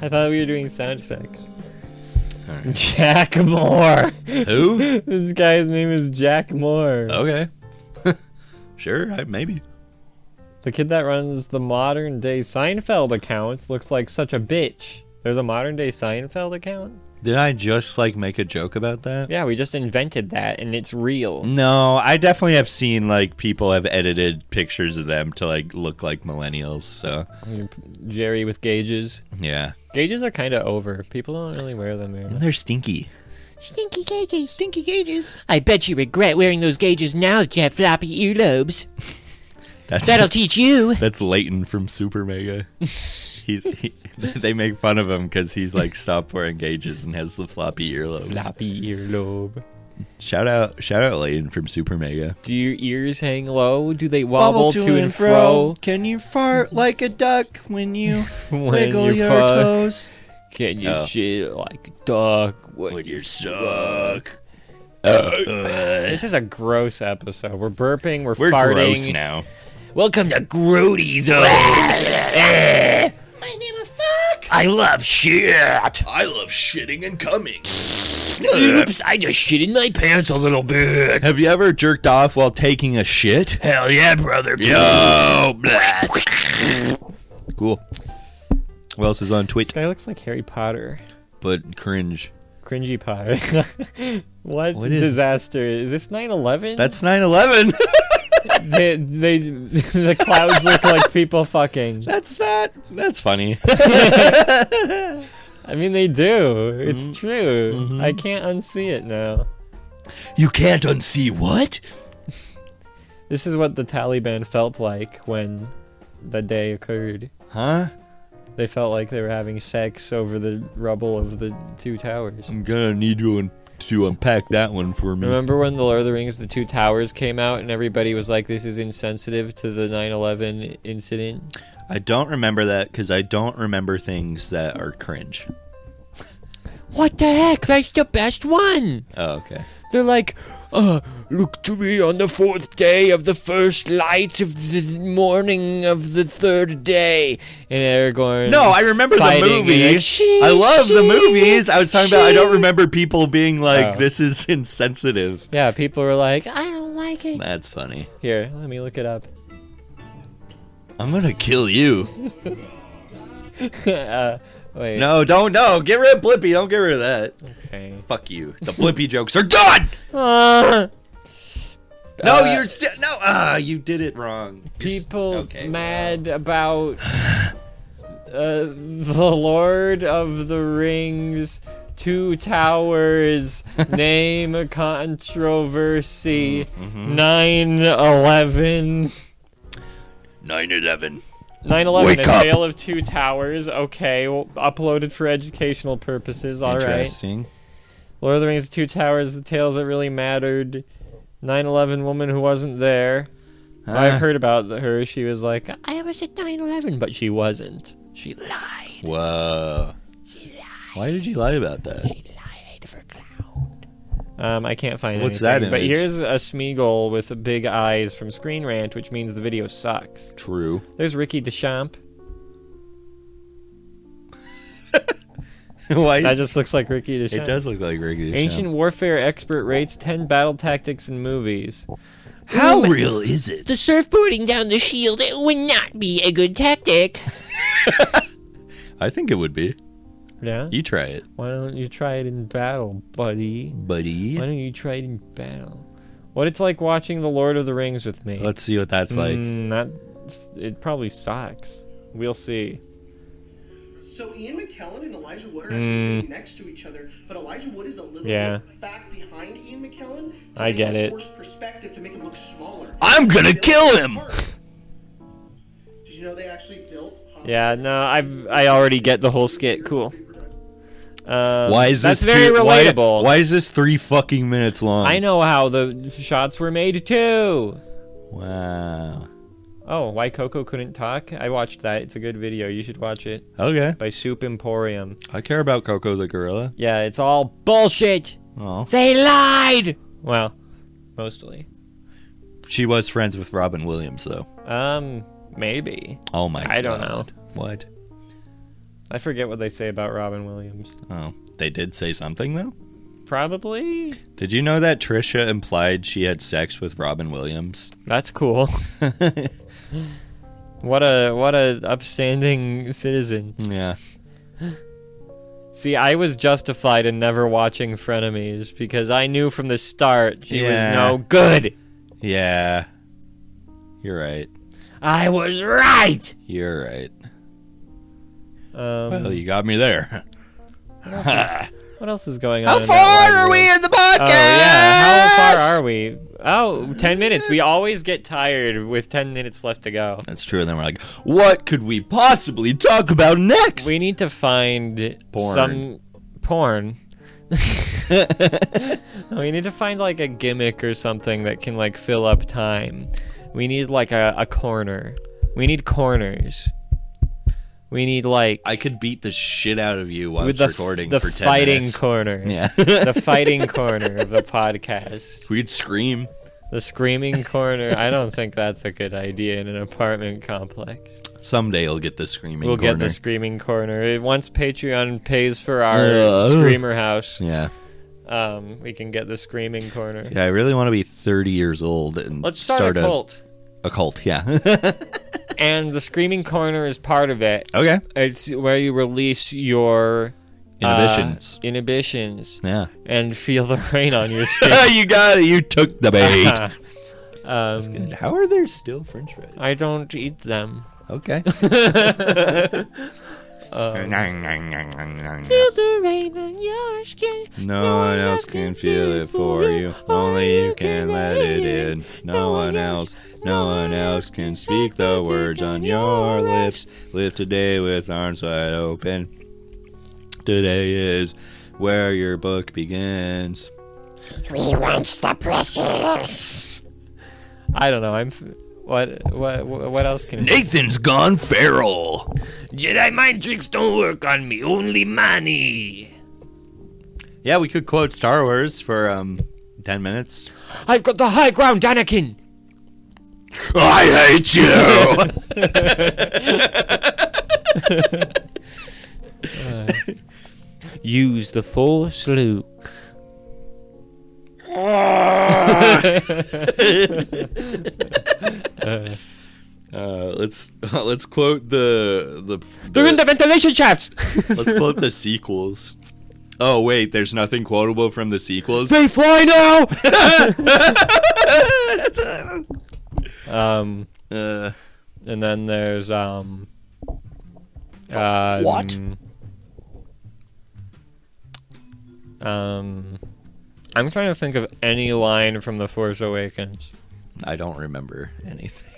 I thought we were doing sound effects. Jack Moore.
Who?
this guy's name is Jack Moore.
Okay. sure. I, maybe.
The kid that runs the modern day Seinfeld account looks like such a bitch. There's a modern day Seinfeld account?
Did I just like make a joke about that?
Yeah, we just invented that and it's real.
No, I definitely have seen like people have edited pictures of them to like look like millennials. So
Jerry with gauges.
yeah,
Gauges are kind of over. People don't really wear them very much.
they're stinky.
Stinky gauges. Stinky gauges. I bet you regret wearing those gauges now that you have floppy earlobes.
That's
That'll teach you.
that's Leighton from Super Mega. he's he, they make fun of him because he's like stopped wearing gauges and has the floppy earlobes.
Floppy earlobe.
Shout out shout out Leighton from Super Mega.
Do your ears hang low? Do they wobble, to, and fro?
Can you fart like a duck when you
When
wiggle
you
your
fuck?
toes?
Can you
Oh.
shit like a duck? When, you
suck.
This is a gross episode. We're burping. We're,
We're
farting.
gross now.
Welcome to Grody Zone. My name is Fuck. I love shit.
I love shitting and coming.
Oops, I just shit in my pants a little bit.
Have you ever jerked off while taking a shit?
Hell yeah, brother.
Yo, cool. What else is on
This
Twitter?
guy looks like Harry Potter.
But cringe.
Cringy Potter. what
What is-
disaster? Is this 9-11?
That's 9/11.
They, they, the clouds look like people fucking.
that's not. That's funny.
I mean, they do. It's
Mm-hmm.
true. I can't unsee it now.
you can't unsee what?
This is what the Taliban felt like when the day occurred.
Huh?
They felt like they were having sex over the rubble of the two towers.
I'm gonna need you un- to unpack that one for me.
Remember when the Lord of the Rings, the Two Towers came out, and everybody was like, "This is insensitive to the 9/11 incident."
I don't remember that because I don't remember things that are cringe.
What the heck? That's the best one.
Oh, okay.
They're like, uh, "Look to me on the fourth day of the first light of the morning of the third day," and Aragorn.
No, I remember the movie. I love the movies. I was talking about. I don't remember people being like,
Oh.
"This is insensitive."
yeah, people were like, "Ah."
I don't like it.
That's funny.
"Here, let me look it up."
I'm gonna kill you.
uh, wait.
No, don't. No, get rid of Blippi. Don't get rid of that.
Okay. Ah.
Fuck you. The Blippi jokes are done. No,
Uh,
you're still. No, ah, you did it wrong. You're s-
people
okay,
mad about uh, the Lord of the Rings, Two Towers, name a controversy,
Mm-hmm.
9 11.
Nine eleven.
9 11, A
Wake up.
Tale of Two Towers. Okay, well, uploaded for educational purposes. All right.
Interesting.
Lord of the Rings, Two Towers, The Tales That Really Mattered, 9 11 Woman Who Wasn't There.
Ah.
I've heard about th- her. She was like, I was at 9 11, but she wasn't. She lied.
Whoa. Why did you lie about that?
Um, I can't find
What's
anything,
that
But
image?
here's a Smeagol with big eyes from Screen Rant, which means the video sucks.
True.
There's Ricky Deschamps.
Why?
That
Is,
just looks like Ricky
it
Deschamps.
does look like regular.
Ancient warfare expert rates 10 battle tactics in movies.
How real is it?
The surfboarding down the shield would not be a good tactic.
I think it would be.
Yeah.
You try it,
Why don't you try it in battle, buddy?
buddy.
Why don't you try it in battle? What it's like watching The Lord of the Rings with me.
Let's see what that's like.
Mm, that it probably sucks. We'll see.
So Ian McKellen and Elijah Wood are actually sitting next to each other, but Elijah Wood is a little
Hmm. Yeah.
bit back behind Ian McKellen. To
I
make
get
him
it.
Force perspective to make him look smaller.
I'm gonna
They built
kill him!
apart. Did you know they actually built? Hobbit
Yeah, no, I've I already get the whole skit. Cool. Um,
Why is
that's
this
very
two- why-
relatable?
Why, is this three fucking minutes long?
I know how the shots were made too.
Wow.
Oh, why Coco couldn't talk? I watched that. It's a good video. You should watch it
Okay.
by Soup Emporium.
I care about Coco the gorilla.
Yeah, it's all bullshit.
Oh.
They lied. Well, mostly.
She was friends with Robin Williams though.
Um, maybe.
Oh my.
I don't
God. What?
I forget what they say about Robin Williams.
Oh, they did say something though.
Probably.
Did you know that Trisha implied she had sex with Robin Williams?
That's cool. What a what a upstanding citizen.
yeah.
See, I was justified in never watching Frenemies because I knew from the start she
Yeah.
was no good.
Yeah. You're right.
I was right.
You're right.
Um,
Well, you got me there.
what else is going on? How far are we in the podcast? Oh yeah, how far are we? Oh, 10 minutes. We always get tired with 10 minutes left to go.
That's true. And then we're like, what could we possibly talk about next?
We need to find
Porn.
some porn. we need to find like a gimmick or something that can like fill up time. We need like a, a corner. We need corners. We need like
I could beat the shit out of you while
with
it's
the, f-
recording
the
for 10
fighting
minutes.
corner.
yeah.
the fighting corner of the podcast.
We'd scream.
The screaming corner. I don't think that's a good idea in an apartment complex.
Someday you'll get the screaming
We'll get
corner.
the screaming corner. Once Patreon pays for our
Uh,
Ugh.
streamer house,
Yeah.
um, we can get the screaming corner.
Yeah, I really want to be 30 years old and
Let's start, a cult.
A, cult, yeah.
And the screaming corner is part of it.
okay.
It's where you release your uh,
Inhibitions.
inhibitions,
yeah.
and feel the rain on your skin.
you got it. You took the bait.
um,
How are there still french fries?
I don't eat them.
Okay. No one else can feel it for you. Only you can let it in. No one else, no one else can speak the words on your lips. Live today with arms wide open. Today is where your book begins.
We want the precious.
I don't know. I'm. F- what what what else can?
Nathan's gone feral.
Jedi mind tricks don't work on me, only money.
Yeah, we could quote Star Wars for um 10 minutes.
I've got the high ground, Anakin.
I hate you.
Use the Force, Luke.
Uh, let's let's quote the the
They're in the ventilation shafts.
Let's quote the sequels. Oh wait, there's nothing quotable from the sequels.
they fly now.
Um,
Uh,
and then there's um. Uh,
What?
Um, I'm trying to think of any line from The Force Awakens.
I don't remember anything.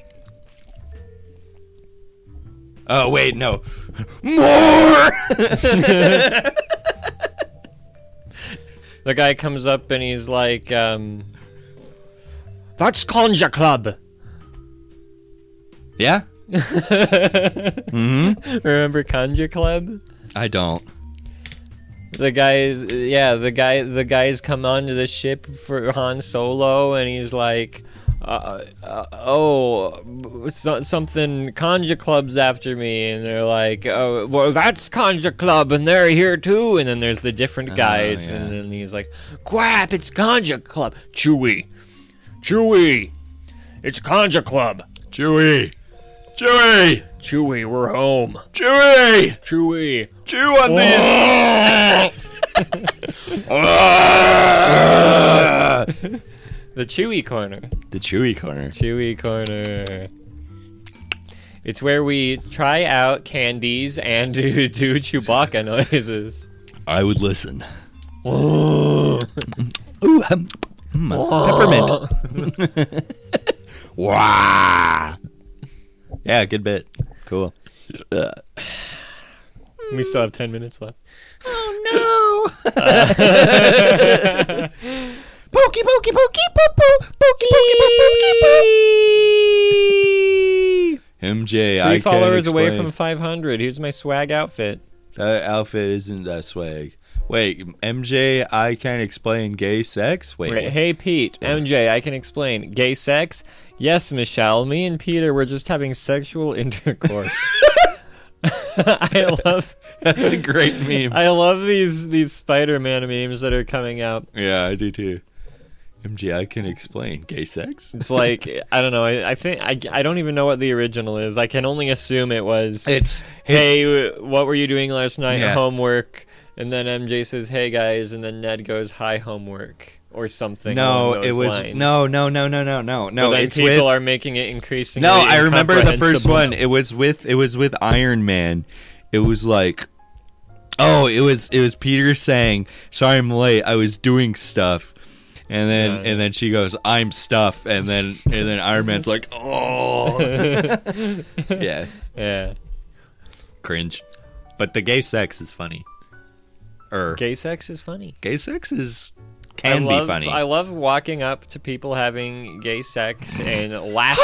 Oh wait, no. More.
The guy comes up and he's like, um,
That's Conja Club.
yeah. hmm
remember Conjure Club?
I don't.
The guys, yeah, the guy, the guys come onto the ship for Han Solo, and he's like, uh, uh, "Oh, so, something Conja Club's after me," and they're like, "Oh, well, that's Conja Club, and they're here too." And then there's the different guys,
yeah.
and then he's like, "Crap, it's Conja Club, Chewie, Chewie,
It's Conja Club.
Chewy. Chewy.
Chewy, we're home.
Chewy.
Chewy.
Chew on these. the Chewy corner.
The chewy corner.
Chewy corner. It's where we try out candies and do, do Chewbacca noises.
I would listen. Ooh, um, mm, peppermint. Wah. Yeah, good bit. Cool.
We still have 10 minutes left.
Oh no! pokey, pokey, pokey, poo, poo, pokey, pokey, pokey, poo, MJ,
Three
I
followers
can't
away
explain.
from 500. Here's my swag outfit.
that outfit isn't that swag. Wait, MJ, I can't explain gay sex. Wait,
Right. Hey, Pete. MJ, I can explain. Gay sex? Yes, Michelle. Me and Peter were just having sexual intercourse. I love
that's a great meme.
I love these these Spider-Man memes that are coming out.
yeah, I do too. MJ, I can explain gay sex.
It's like I don't know. I, I think I, I don't even know what the original is. I can only assume it was
It's
hey, w- what were you doing last night?
Yeah.
Homework. And then MJ says, "Hey guys," and then Ned goes, "Hi, homework," or something.
no,
along
it
those
was
lines.
no, no, no, no, no, no,
But
no.
then
It's
people
with
are making it increasingly.
No, I remember the first
incomprehensible.
one. It was with it was with Iron Man. It was like Oh, it was it was Peter saying, "Sorry I'm late. I was doing stuff." And then
Yeah.
and then she goes, "I'm stuff." And then and then Iron Man's like, "Oh." yeah,
Yeah,
cringe. But the gay sex is funny. Er. Gay,
gay sex is funny.
sex is can
I love,
be funny.
I love walking up to people having gay sex and laughing.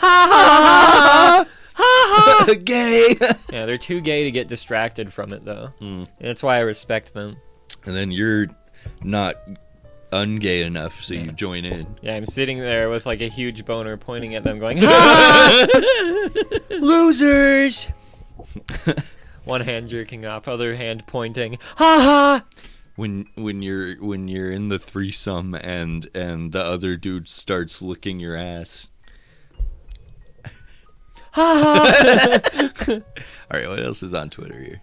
at
gay.
them. Yeah, they're too gay to get distracted from it though.
Hmm.
And That's why I respect them.
and then you're not ungay enough, so you join in.
Yeah, I'm sitting there with like a huge boner pointing at them, going,
Losers.
one hand jerking off, other hand pointing.
When when you're when you're in the threesome and and the other dude starts licking your ass. All right, what else is on Twitter here?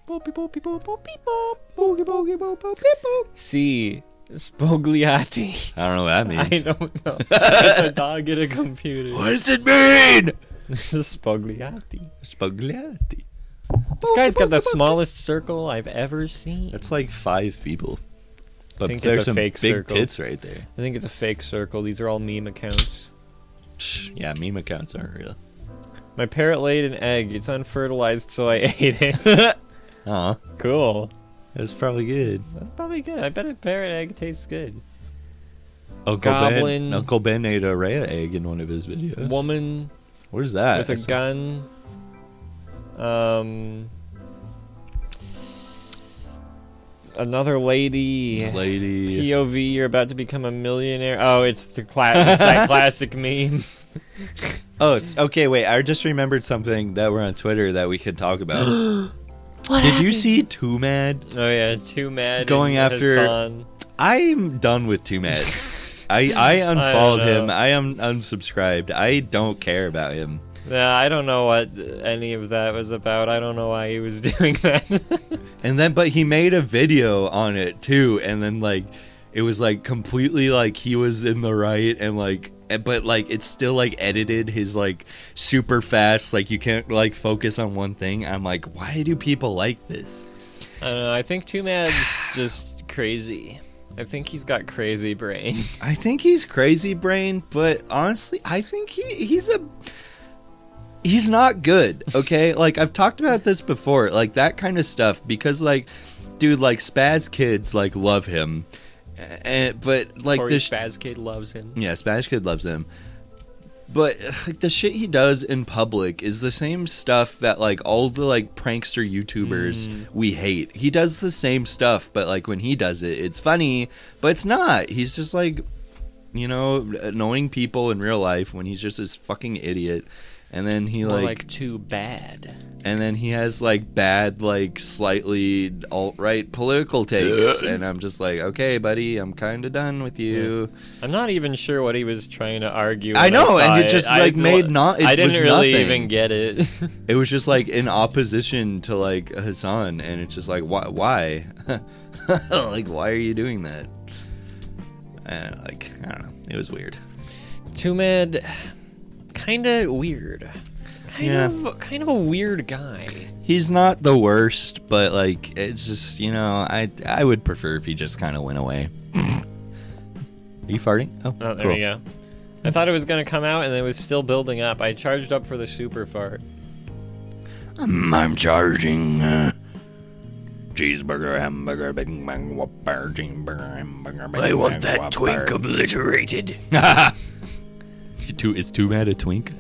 See, Spogliati.
I don't know what that means.
I don't know. it's a dog at a computer.
What does it mean?
Spogliati.
Spagliati.
This guy's got the smallest circle I've ever seen.
That's like five people. But
think it's
there's
a
some
fake
big
circle.
tits right there.
I think it's a fake circle. These are all meme accounts.
Psh, Yeah, meme accounts aren't real.
My parrot laid an egg. It's unfertilized, so I ate it.
Aw,
cool.
that's probably good.
That's probably good. I bet a parrot egg tastes good.
Uncle
Goblin.
Ben. Uncle Ben ate a Rhea egg in one of his videos.
Woman
What is that?
with a gun. Um. Another lady.
Lady.
POV, you're about to become a millionaire. Oh, it's the cla- it's that classic meme.
Oh, it's, okay. Wait, I just remembered something that we're on Twitter that we could talk about. Did you see Too Mad?
Oh yeah, too mad.
Going
and
after-
Hassan.
I'm done with Too Mad. I I unfollowed
know.
him. I am unsubscribed. I don't care about him.
Yeah, I don't know what any of that was about. I don't know why he was doing that.
And then, but he made a video on it too, and then like, it was like completely like he was in the right, and like, eh, but like it's still like edited his like super fast, like you can't like focus on one thing. I'm like, why do people like this?
I don't know. I think Too Mad's just crazy. I think he's got crazy brain.
I think he's crazy brain, but honestly, I think he he's a he's not good, okay? like I've talked about this before, like that kind of stuff because like dude, like spaz kids like love him. And but like
Corey
this
Spaz Kid loves him.
Yeah, Spanish kid loves him. But like the shit he does in public is the same stuff that like all the like prankster YouTubers
Mm.
we hate. He does the same stuff, but like when he does it, it's funny, but it's not. He's just like you know, annoying people in real life when he's just this fucking idiot. and then he
More
like,
like too bad.
and then he has like bad like slightly alt right political takes, and I'm just like, okay, buddy, I'm kind of done with you.
I'm not even sure what he was trying to argue.
I
when
know,
saw
and it just, like, made not- it
I didn't
was
really
nothing.
even get it.
It was just like in opposition to like Hassan, and it's just like why, why, like why are you doing that? And like I don't know, it was weird.
Tumid, kind of weird. Kind
Yeah.
of, kind of a weird guy.
He's not the worst, but like it's just you know I I would prefer if he just kind of went away. Are you farting? Oh,
Oh, there
cool.
we go. I thought it was gonna come out, and it was still building up. I charged up for the super fart.
Mm, I'm charging. Uh, cheeseburger, hamburger, Big Mac, Whopper, cheeseburger, hamburger, Big
I want
Mac,
that twink
Whopper.
obliterated.
You too, it's too bad a twink.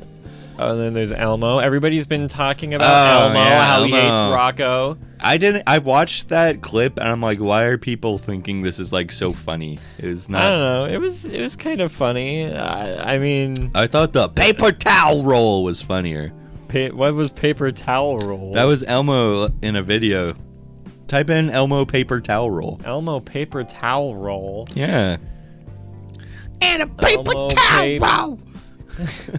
Oh, and then there's Elmo. Everybody's been talking about
Oh,
Elmo,
yeah,
how he hates
Elmo.
Rocco.
I didn't. I watched that clip and I'm like, why are people thinking this is like so funny? It was not.
I don't know. It was it was kind of funny. I, I mean,
I thought the paper towel roll was funnier.
pa- what was paper towel roll?
That was Elmo in a video. Type in Elmo paper towel roll.
Elmo paper towel roll.
Yeah.
And a paper
Elmo
towel.
paper-
wow.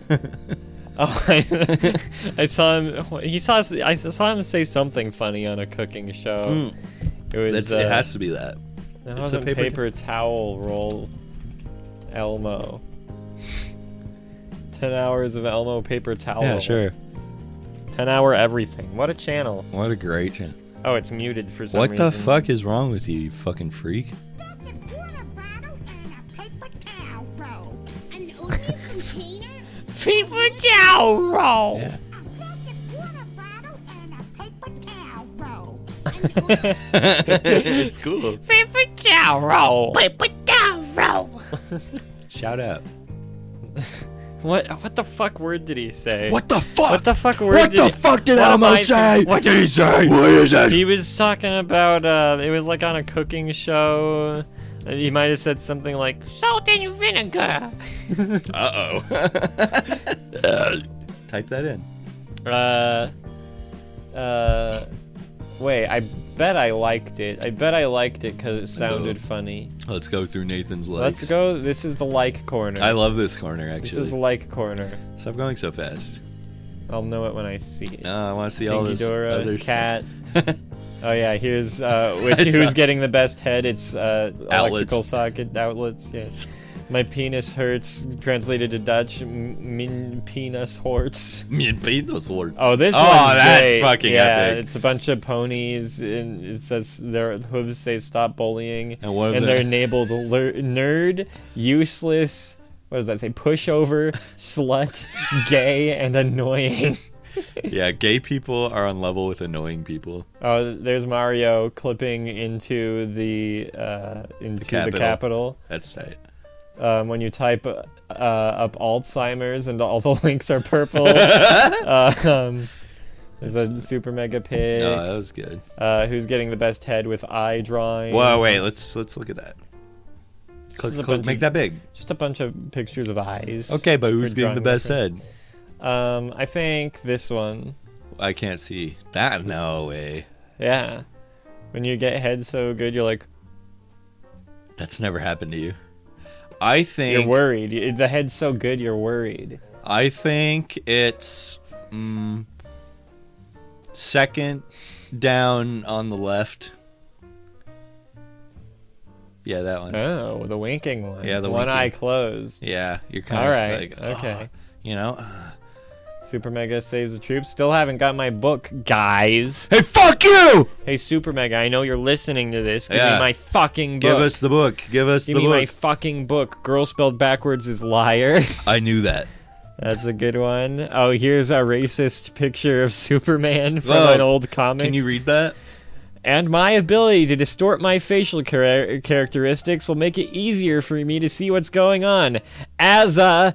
Oh, I, I saw him. He saw. I saw him say something funny on a cooking show.
Mm.
It was.
That's,
uh,
it has to be that.
that
it's
was a
the
paper,
paper-
towel roll. Elmo. Ten hours of Elmo paper towel.
Oh.
roll. Ten hour everything. What a channel.
What a great. channel.
Oh, it's muted for some
What
reason.
the fuck is wrong with you, you fucking freak?
There's a water bottle and a paper towel roll. An oatmeal container.
Paper towel roll.
Yeah.
There's a water bottle and a paper towel roll. An oatmeal
it's cool.
Paper towel roll.
Paper towel roll.
Shout out.
What what the fuck word did he say?
What the fuck?
What the fuck word?
What
did
the
he-
fuck did
what am
Elmo
I-
say?
What
did he say? What is it?
He was talking about uh it was like on a cooking show. and He might have said something like
Salt and vinegar.
Uh oh. Type that in.
uh uh wait, I bet I liked it. I bet I liked it cuz it sounded funny.
Let's go through Nathan's legs.
Let's go. This is the like corner.
I love this corner
this is
actually.
the like corner.
Stop going so fast.
I'll know it when I see it.
No, I want to see all
Dinky
this
Dora,
other
cat.
stuff.
Oh yeah, here's uh, which,
I saw-
who's getting the best head. It's uh, electrical
Outlets.
socket outlets. Yes. My penis hurts. Translated to Dutch, m- min penis horts.
Me and Pete, those words.
Oh, this
Oh,
one's
that's
great.
fucking
yeah,
epic.
it's a bunch of ponies, and it says their hooves say "stop bullying,"
And one of
and
them-
they're enabled ler- nerd, useless. What does that say? Pushover, slut, gay, and annoying.
yeah, gay people are on level with annoying people.
Oh, there's Mario clipping into the uh, into the
Capitol.
Capitol.
That's tight.
Um, when you type uh, up Alzheimer's and all the links are purple. uh, um, there's a super mega pig.
No, Oh, that was good.
Uh, who's getting the best head with eye drawing?
Whoa, wait. Let's let's look at that. Click,
is a
click,
bunch
make
of-
that big.
Just a bunch of pictures of eyes.
Okay, but who's
For
getting the
drawing
best
reference.
head?
Um, I think this one.
I can't see that. No way.
Yeah. When you get head so good, you're like
That's never happened to you. I think
you're worried. You- The head's so good, you're worried.
I think it's mm, second down on the left. Yeah, that one.
Oh, the winking one.
Yeah, the
one
winking.
eye closed.
Yeah, you're kind
All
of
right.
like,
okay.
"Ugh," you know.
Super Mega saves the troops. Still haven't got my book, guys.
Hey, fuck you!
Hey, Super Mega, I know you're listening to this. Give
Yeah.
me my fucking book.
Give us the book. Give us
Give
the
me my
book.
fucking book. Girl spelled backwards is liar.
I knew that.
That's a good one. Oh, here's a racist picture of Superman from
Whoa.
an old comic.
Can you read that?
and my ability to distort my facial char- characteristics will make it easier for me to see what's going on as a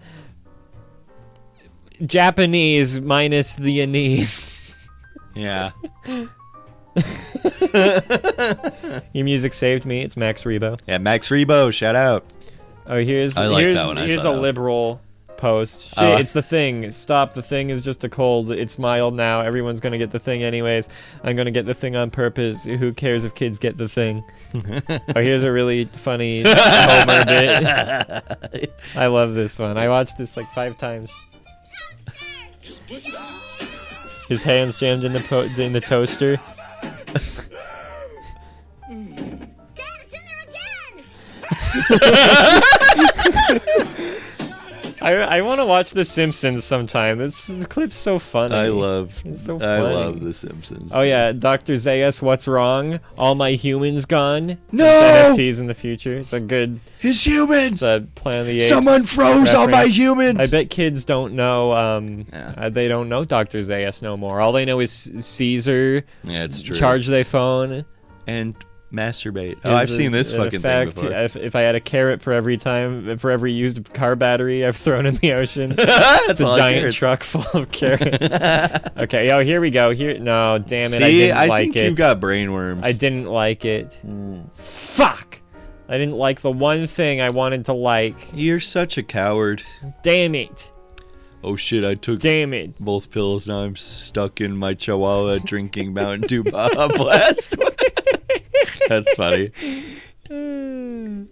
Japanese minus the anise.
Yeah.
Your music saved me. It's Max Rebo.
Yeah, Max Rebo, shout out.
Oh, here's
I like
here's
that one. I
here's
saw
a
that one.
liberal post. Shit,
Uh.
it's the thing. Stop. The thing is just a cold. It's mild now. Everyone's gonna get the thing anyways. I'm gonna get the thing on purpose. Who cares if kids get the thing? oh, here's a really funny Homer bit. I love this one. I watched this like five times. His hands jammed in the po- in the toaster.
Dad, it's in there again!
I I want to watch The Simpsons sometime. This the clip's so funny.
I love
It's so
I
funny.
love The Simpsons.
Oh yeah, Doctor Zayas, what's wrong? All my humans gone.
No!
It's NFTs in the future. It's a good
His
it's
humans.
a Planet of the Apes.
Someone froze all my
reference.
humans.
I bet kids don't know. Um,
Yeah.
uh, they don't know Doctor Zayas no more. All they know is C- Caesar.
Yeah, it's true.
Charge their phone.
and masturbate. Oh,
Is
I've
a-
seen this
an
fucking
effect.
thing before.
If, if I had a carrot for every time, for every used car battery I've thrown in the ocean,
That's
it's a
all I
giant
hear.
truck full of carrots. okay, oh here we go. Here, no, damn it, I
See,
didn't
I,
like
think
it.
you got brainworms.
I didn't like it. Fuck! I didn't like the one thing I wanted to like.
You're such a coward.
Damn it!
Oh shit! I took
Damn it!
both pills. Now I'm stuck in my Chihuahua drinking Mountain Dew Baja Blast. That's funny. Hmm.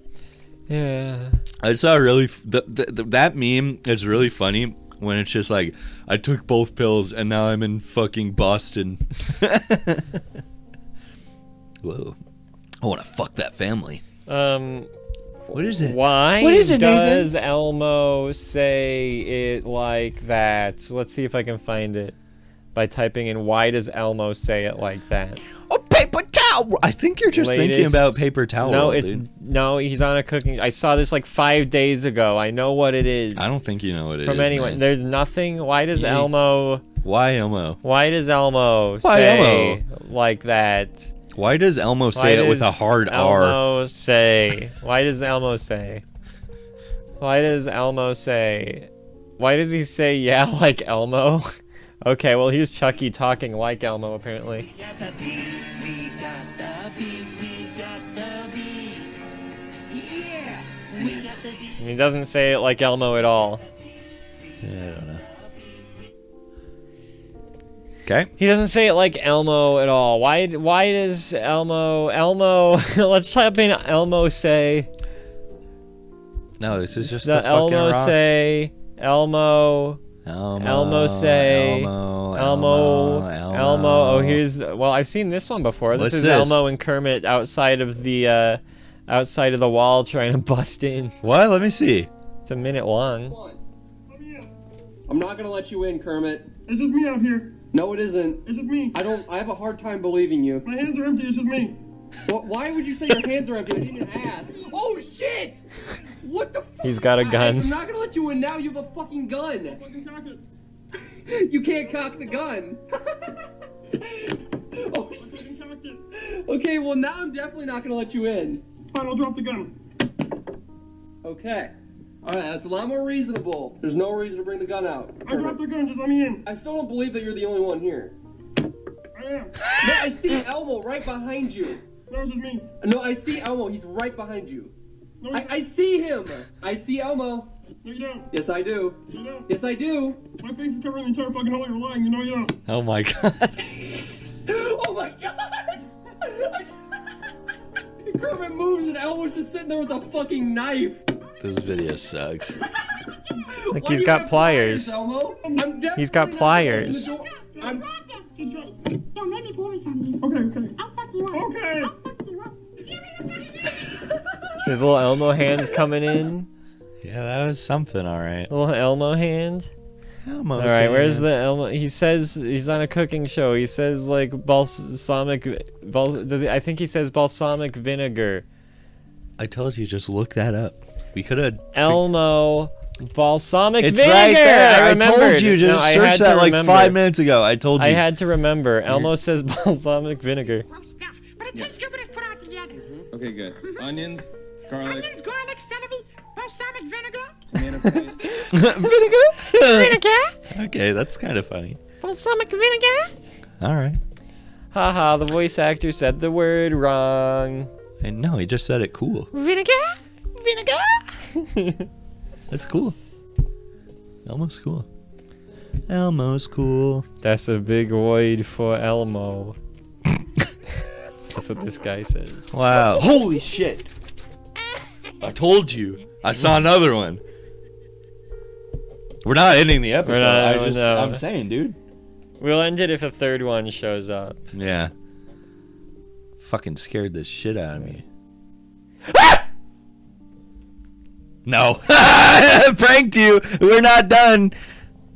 Yeah.
I saw a really f- th- th- th- that meme is really funny when it's just like I took both pills and now I'm in fucking Boston. Whoa. I want to fuck that family.
Um.
What is it?
Why
What is it, Nathan?
does Elmo say it like that? Let's see if I can find it by typing in why does Elmo say it like that?
A Oh, paper towel. I think you're just thinking
Latest-
about paper towel.
No, it's
dude.
no, he's on a cooking I saw this like 5 days ago. I know what it is.
I don't think you know what it is.
from anyone.
man.
There's nothing. Why does
Yeah.
Elmo
Why Elmo?
Why does Elmo
Why
say like that?
Why does Elmo
Why
say it with a
does
hard R?
Elmo say. Why does Elmo say? Why does Elmo say? Why does he say yeah like Elmo? Okay, well here's Chucky talking like Elmo apparently. And he doesn't say it like Elmo at all.
Okay.
He doesn't say it like Elmo at all. Why? Why does Elmo? Elmo? let's type in Elmo say.
No, this is just
the
a fucking
Elmo
rock.
say. Elmo.
Elmo,
Elmo say-
Elmo,
Elmo, Elmo. Oh, here's well, I've seen this one before. This
What's
is
this?
Elmo and Kermit outside of the uh, outside of the wall trying to bust in.
What? Let me see.
It's a minute long.
I'm not gonna let you in, Kermit.
It's just me out here.
No, it isn't.
It's just me.
I don't. I have a hard time believing you.
My hands are empty. It's just me.
Wh- Why would you say your hands are empty? I didn't ask. Oh shit! What the? Fuck?
He's got a
I-
gun.
I'm not gonna let you in now. You have a fucking gun.
Fucking cock it.
You can't cock the gun. oh shit.
Fucking cock it.
Okay, well now I'm definitely not gonna let you in.
Fine, I'll drop the gun.
Okay. All right, that's a lot more reasonable. There's no reason to bring the gun out.
I dropped the gun. Just let me in.
I still don't believe that you're the only one here.
I am.
No, I see Elmo right behind you.
That was just me.
No, I see Elmo. He's right behind you.
No, you
I, I see him. I see Elmo.
no, you don't.
Yes, I do.
You don't.
Yes, I do.
My face is covering the entire fucking hole. You're lying. You know you don't.
Oh my god.
Oh my god! Kermit moves and Elmo's just sitting there with a fucking knife.
this video sucks.
Why
Like
do
he's
you
got
have
pliers.
Elmo. I'm
He's
definitely
got
not
pliers.
opening the door. I'm-
Don't let me police on you.
Okay, okay.
I'll fuck you up.
Okay.
I'll fuck you up. Give me the fucking
His little Elmo hands coming in.
Yeah, that was something, all right.
Little Elmo hand.
Elmo
All right, where's the Elmo? He says he's on a cooking show. He says like balsamic. Bals, does he, I think he says balsamic vinegar.
I told you, just look that up. We could have.
Elmo balsamic
It's
vinegar.
right there. I, told
remembered. No,
you, just
I
search
had to
that like
remember.
five minutes ago. I told you.
I had to remember. Elmo says balsamic vinegar.
gross stuff, but it tastes good when it's put all together.
Mm-hmm.
Mm-hmm.
Okay, good. Onions, garlic,
Onions, garlic, celery, balsamic vinegar.
tomato paste.
vinegar.
Vinegar?
okay, that's kind of funny.
Balsamic vinegar?
All right.
Haha, the voice actor said the word wrong.
And no, he just said it cool.
Vinegar? Vinegar?
That's cool. Elmo's cool. Elmo's cool.
That's a big void for Elmo. That's what this guy says.
Wow.
Holy shit!
I told you. I saw another one. We're not ending the episode.
We're not-
I
we're
just,
not-
I'm saying, dude.
We'll end it if a third one shows up.
Yeah. Fucking scared the shit out of me. no. Pranked you. We're not done.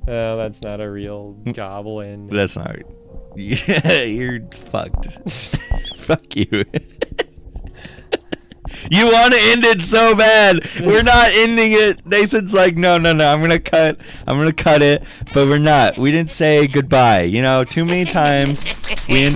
Oh, that's not a real goblin.
That's not. Yeah, you're fucked. Fuck you. you want to end it so bad. We're not ending it. Nathan's like, no, no, no. I'm gonna cut. I'm gonna cut it. But we're not. We didn't say goodbye. You know, too many times we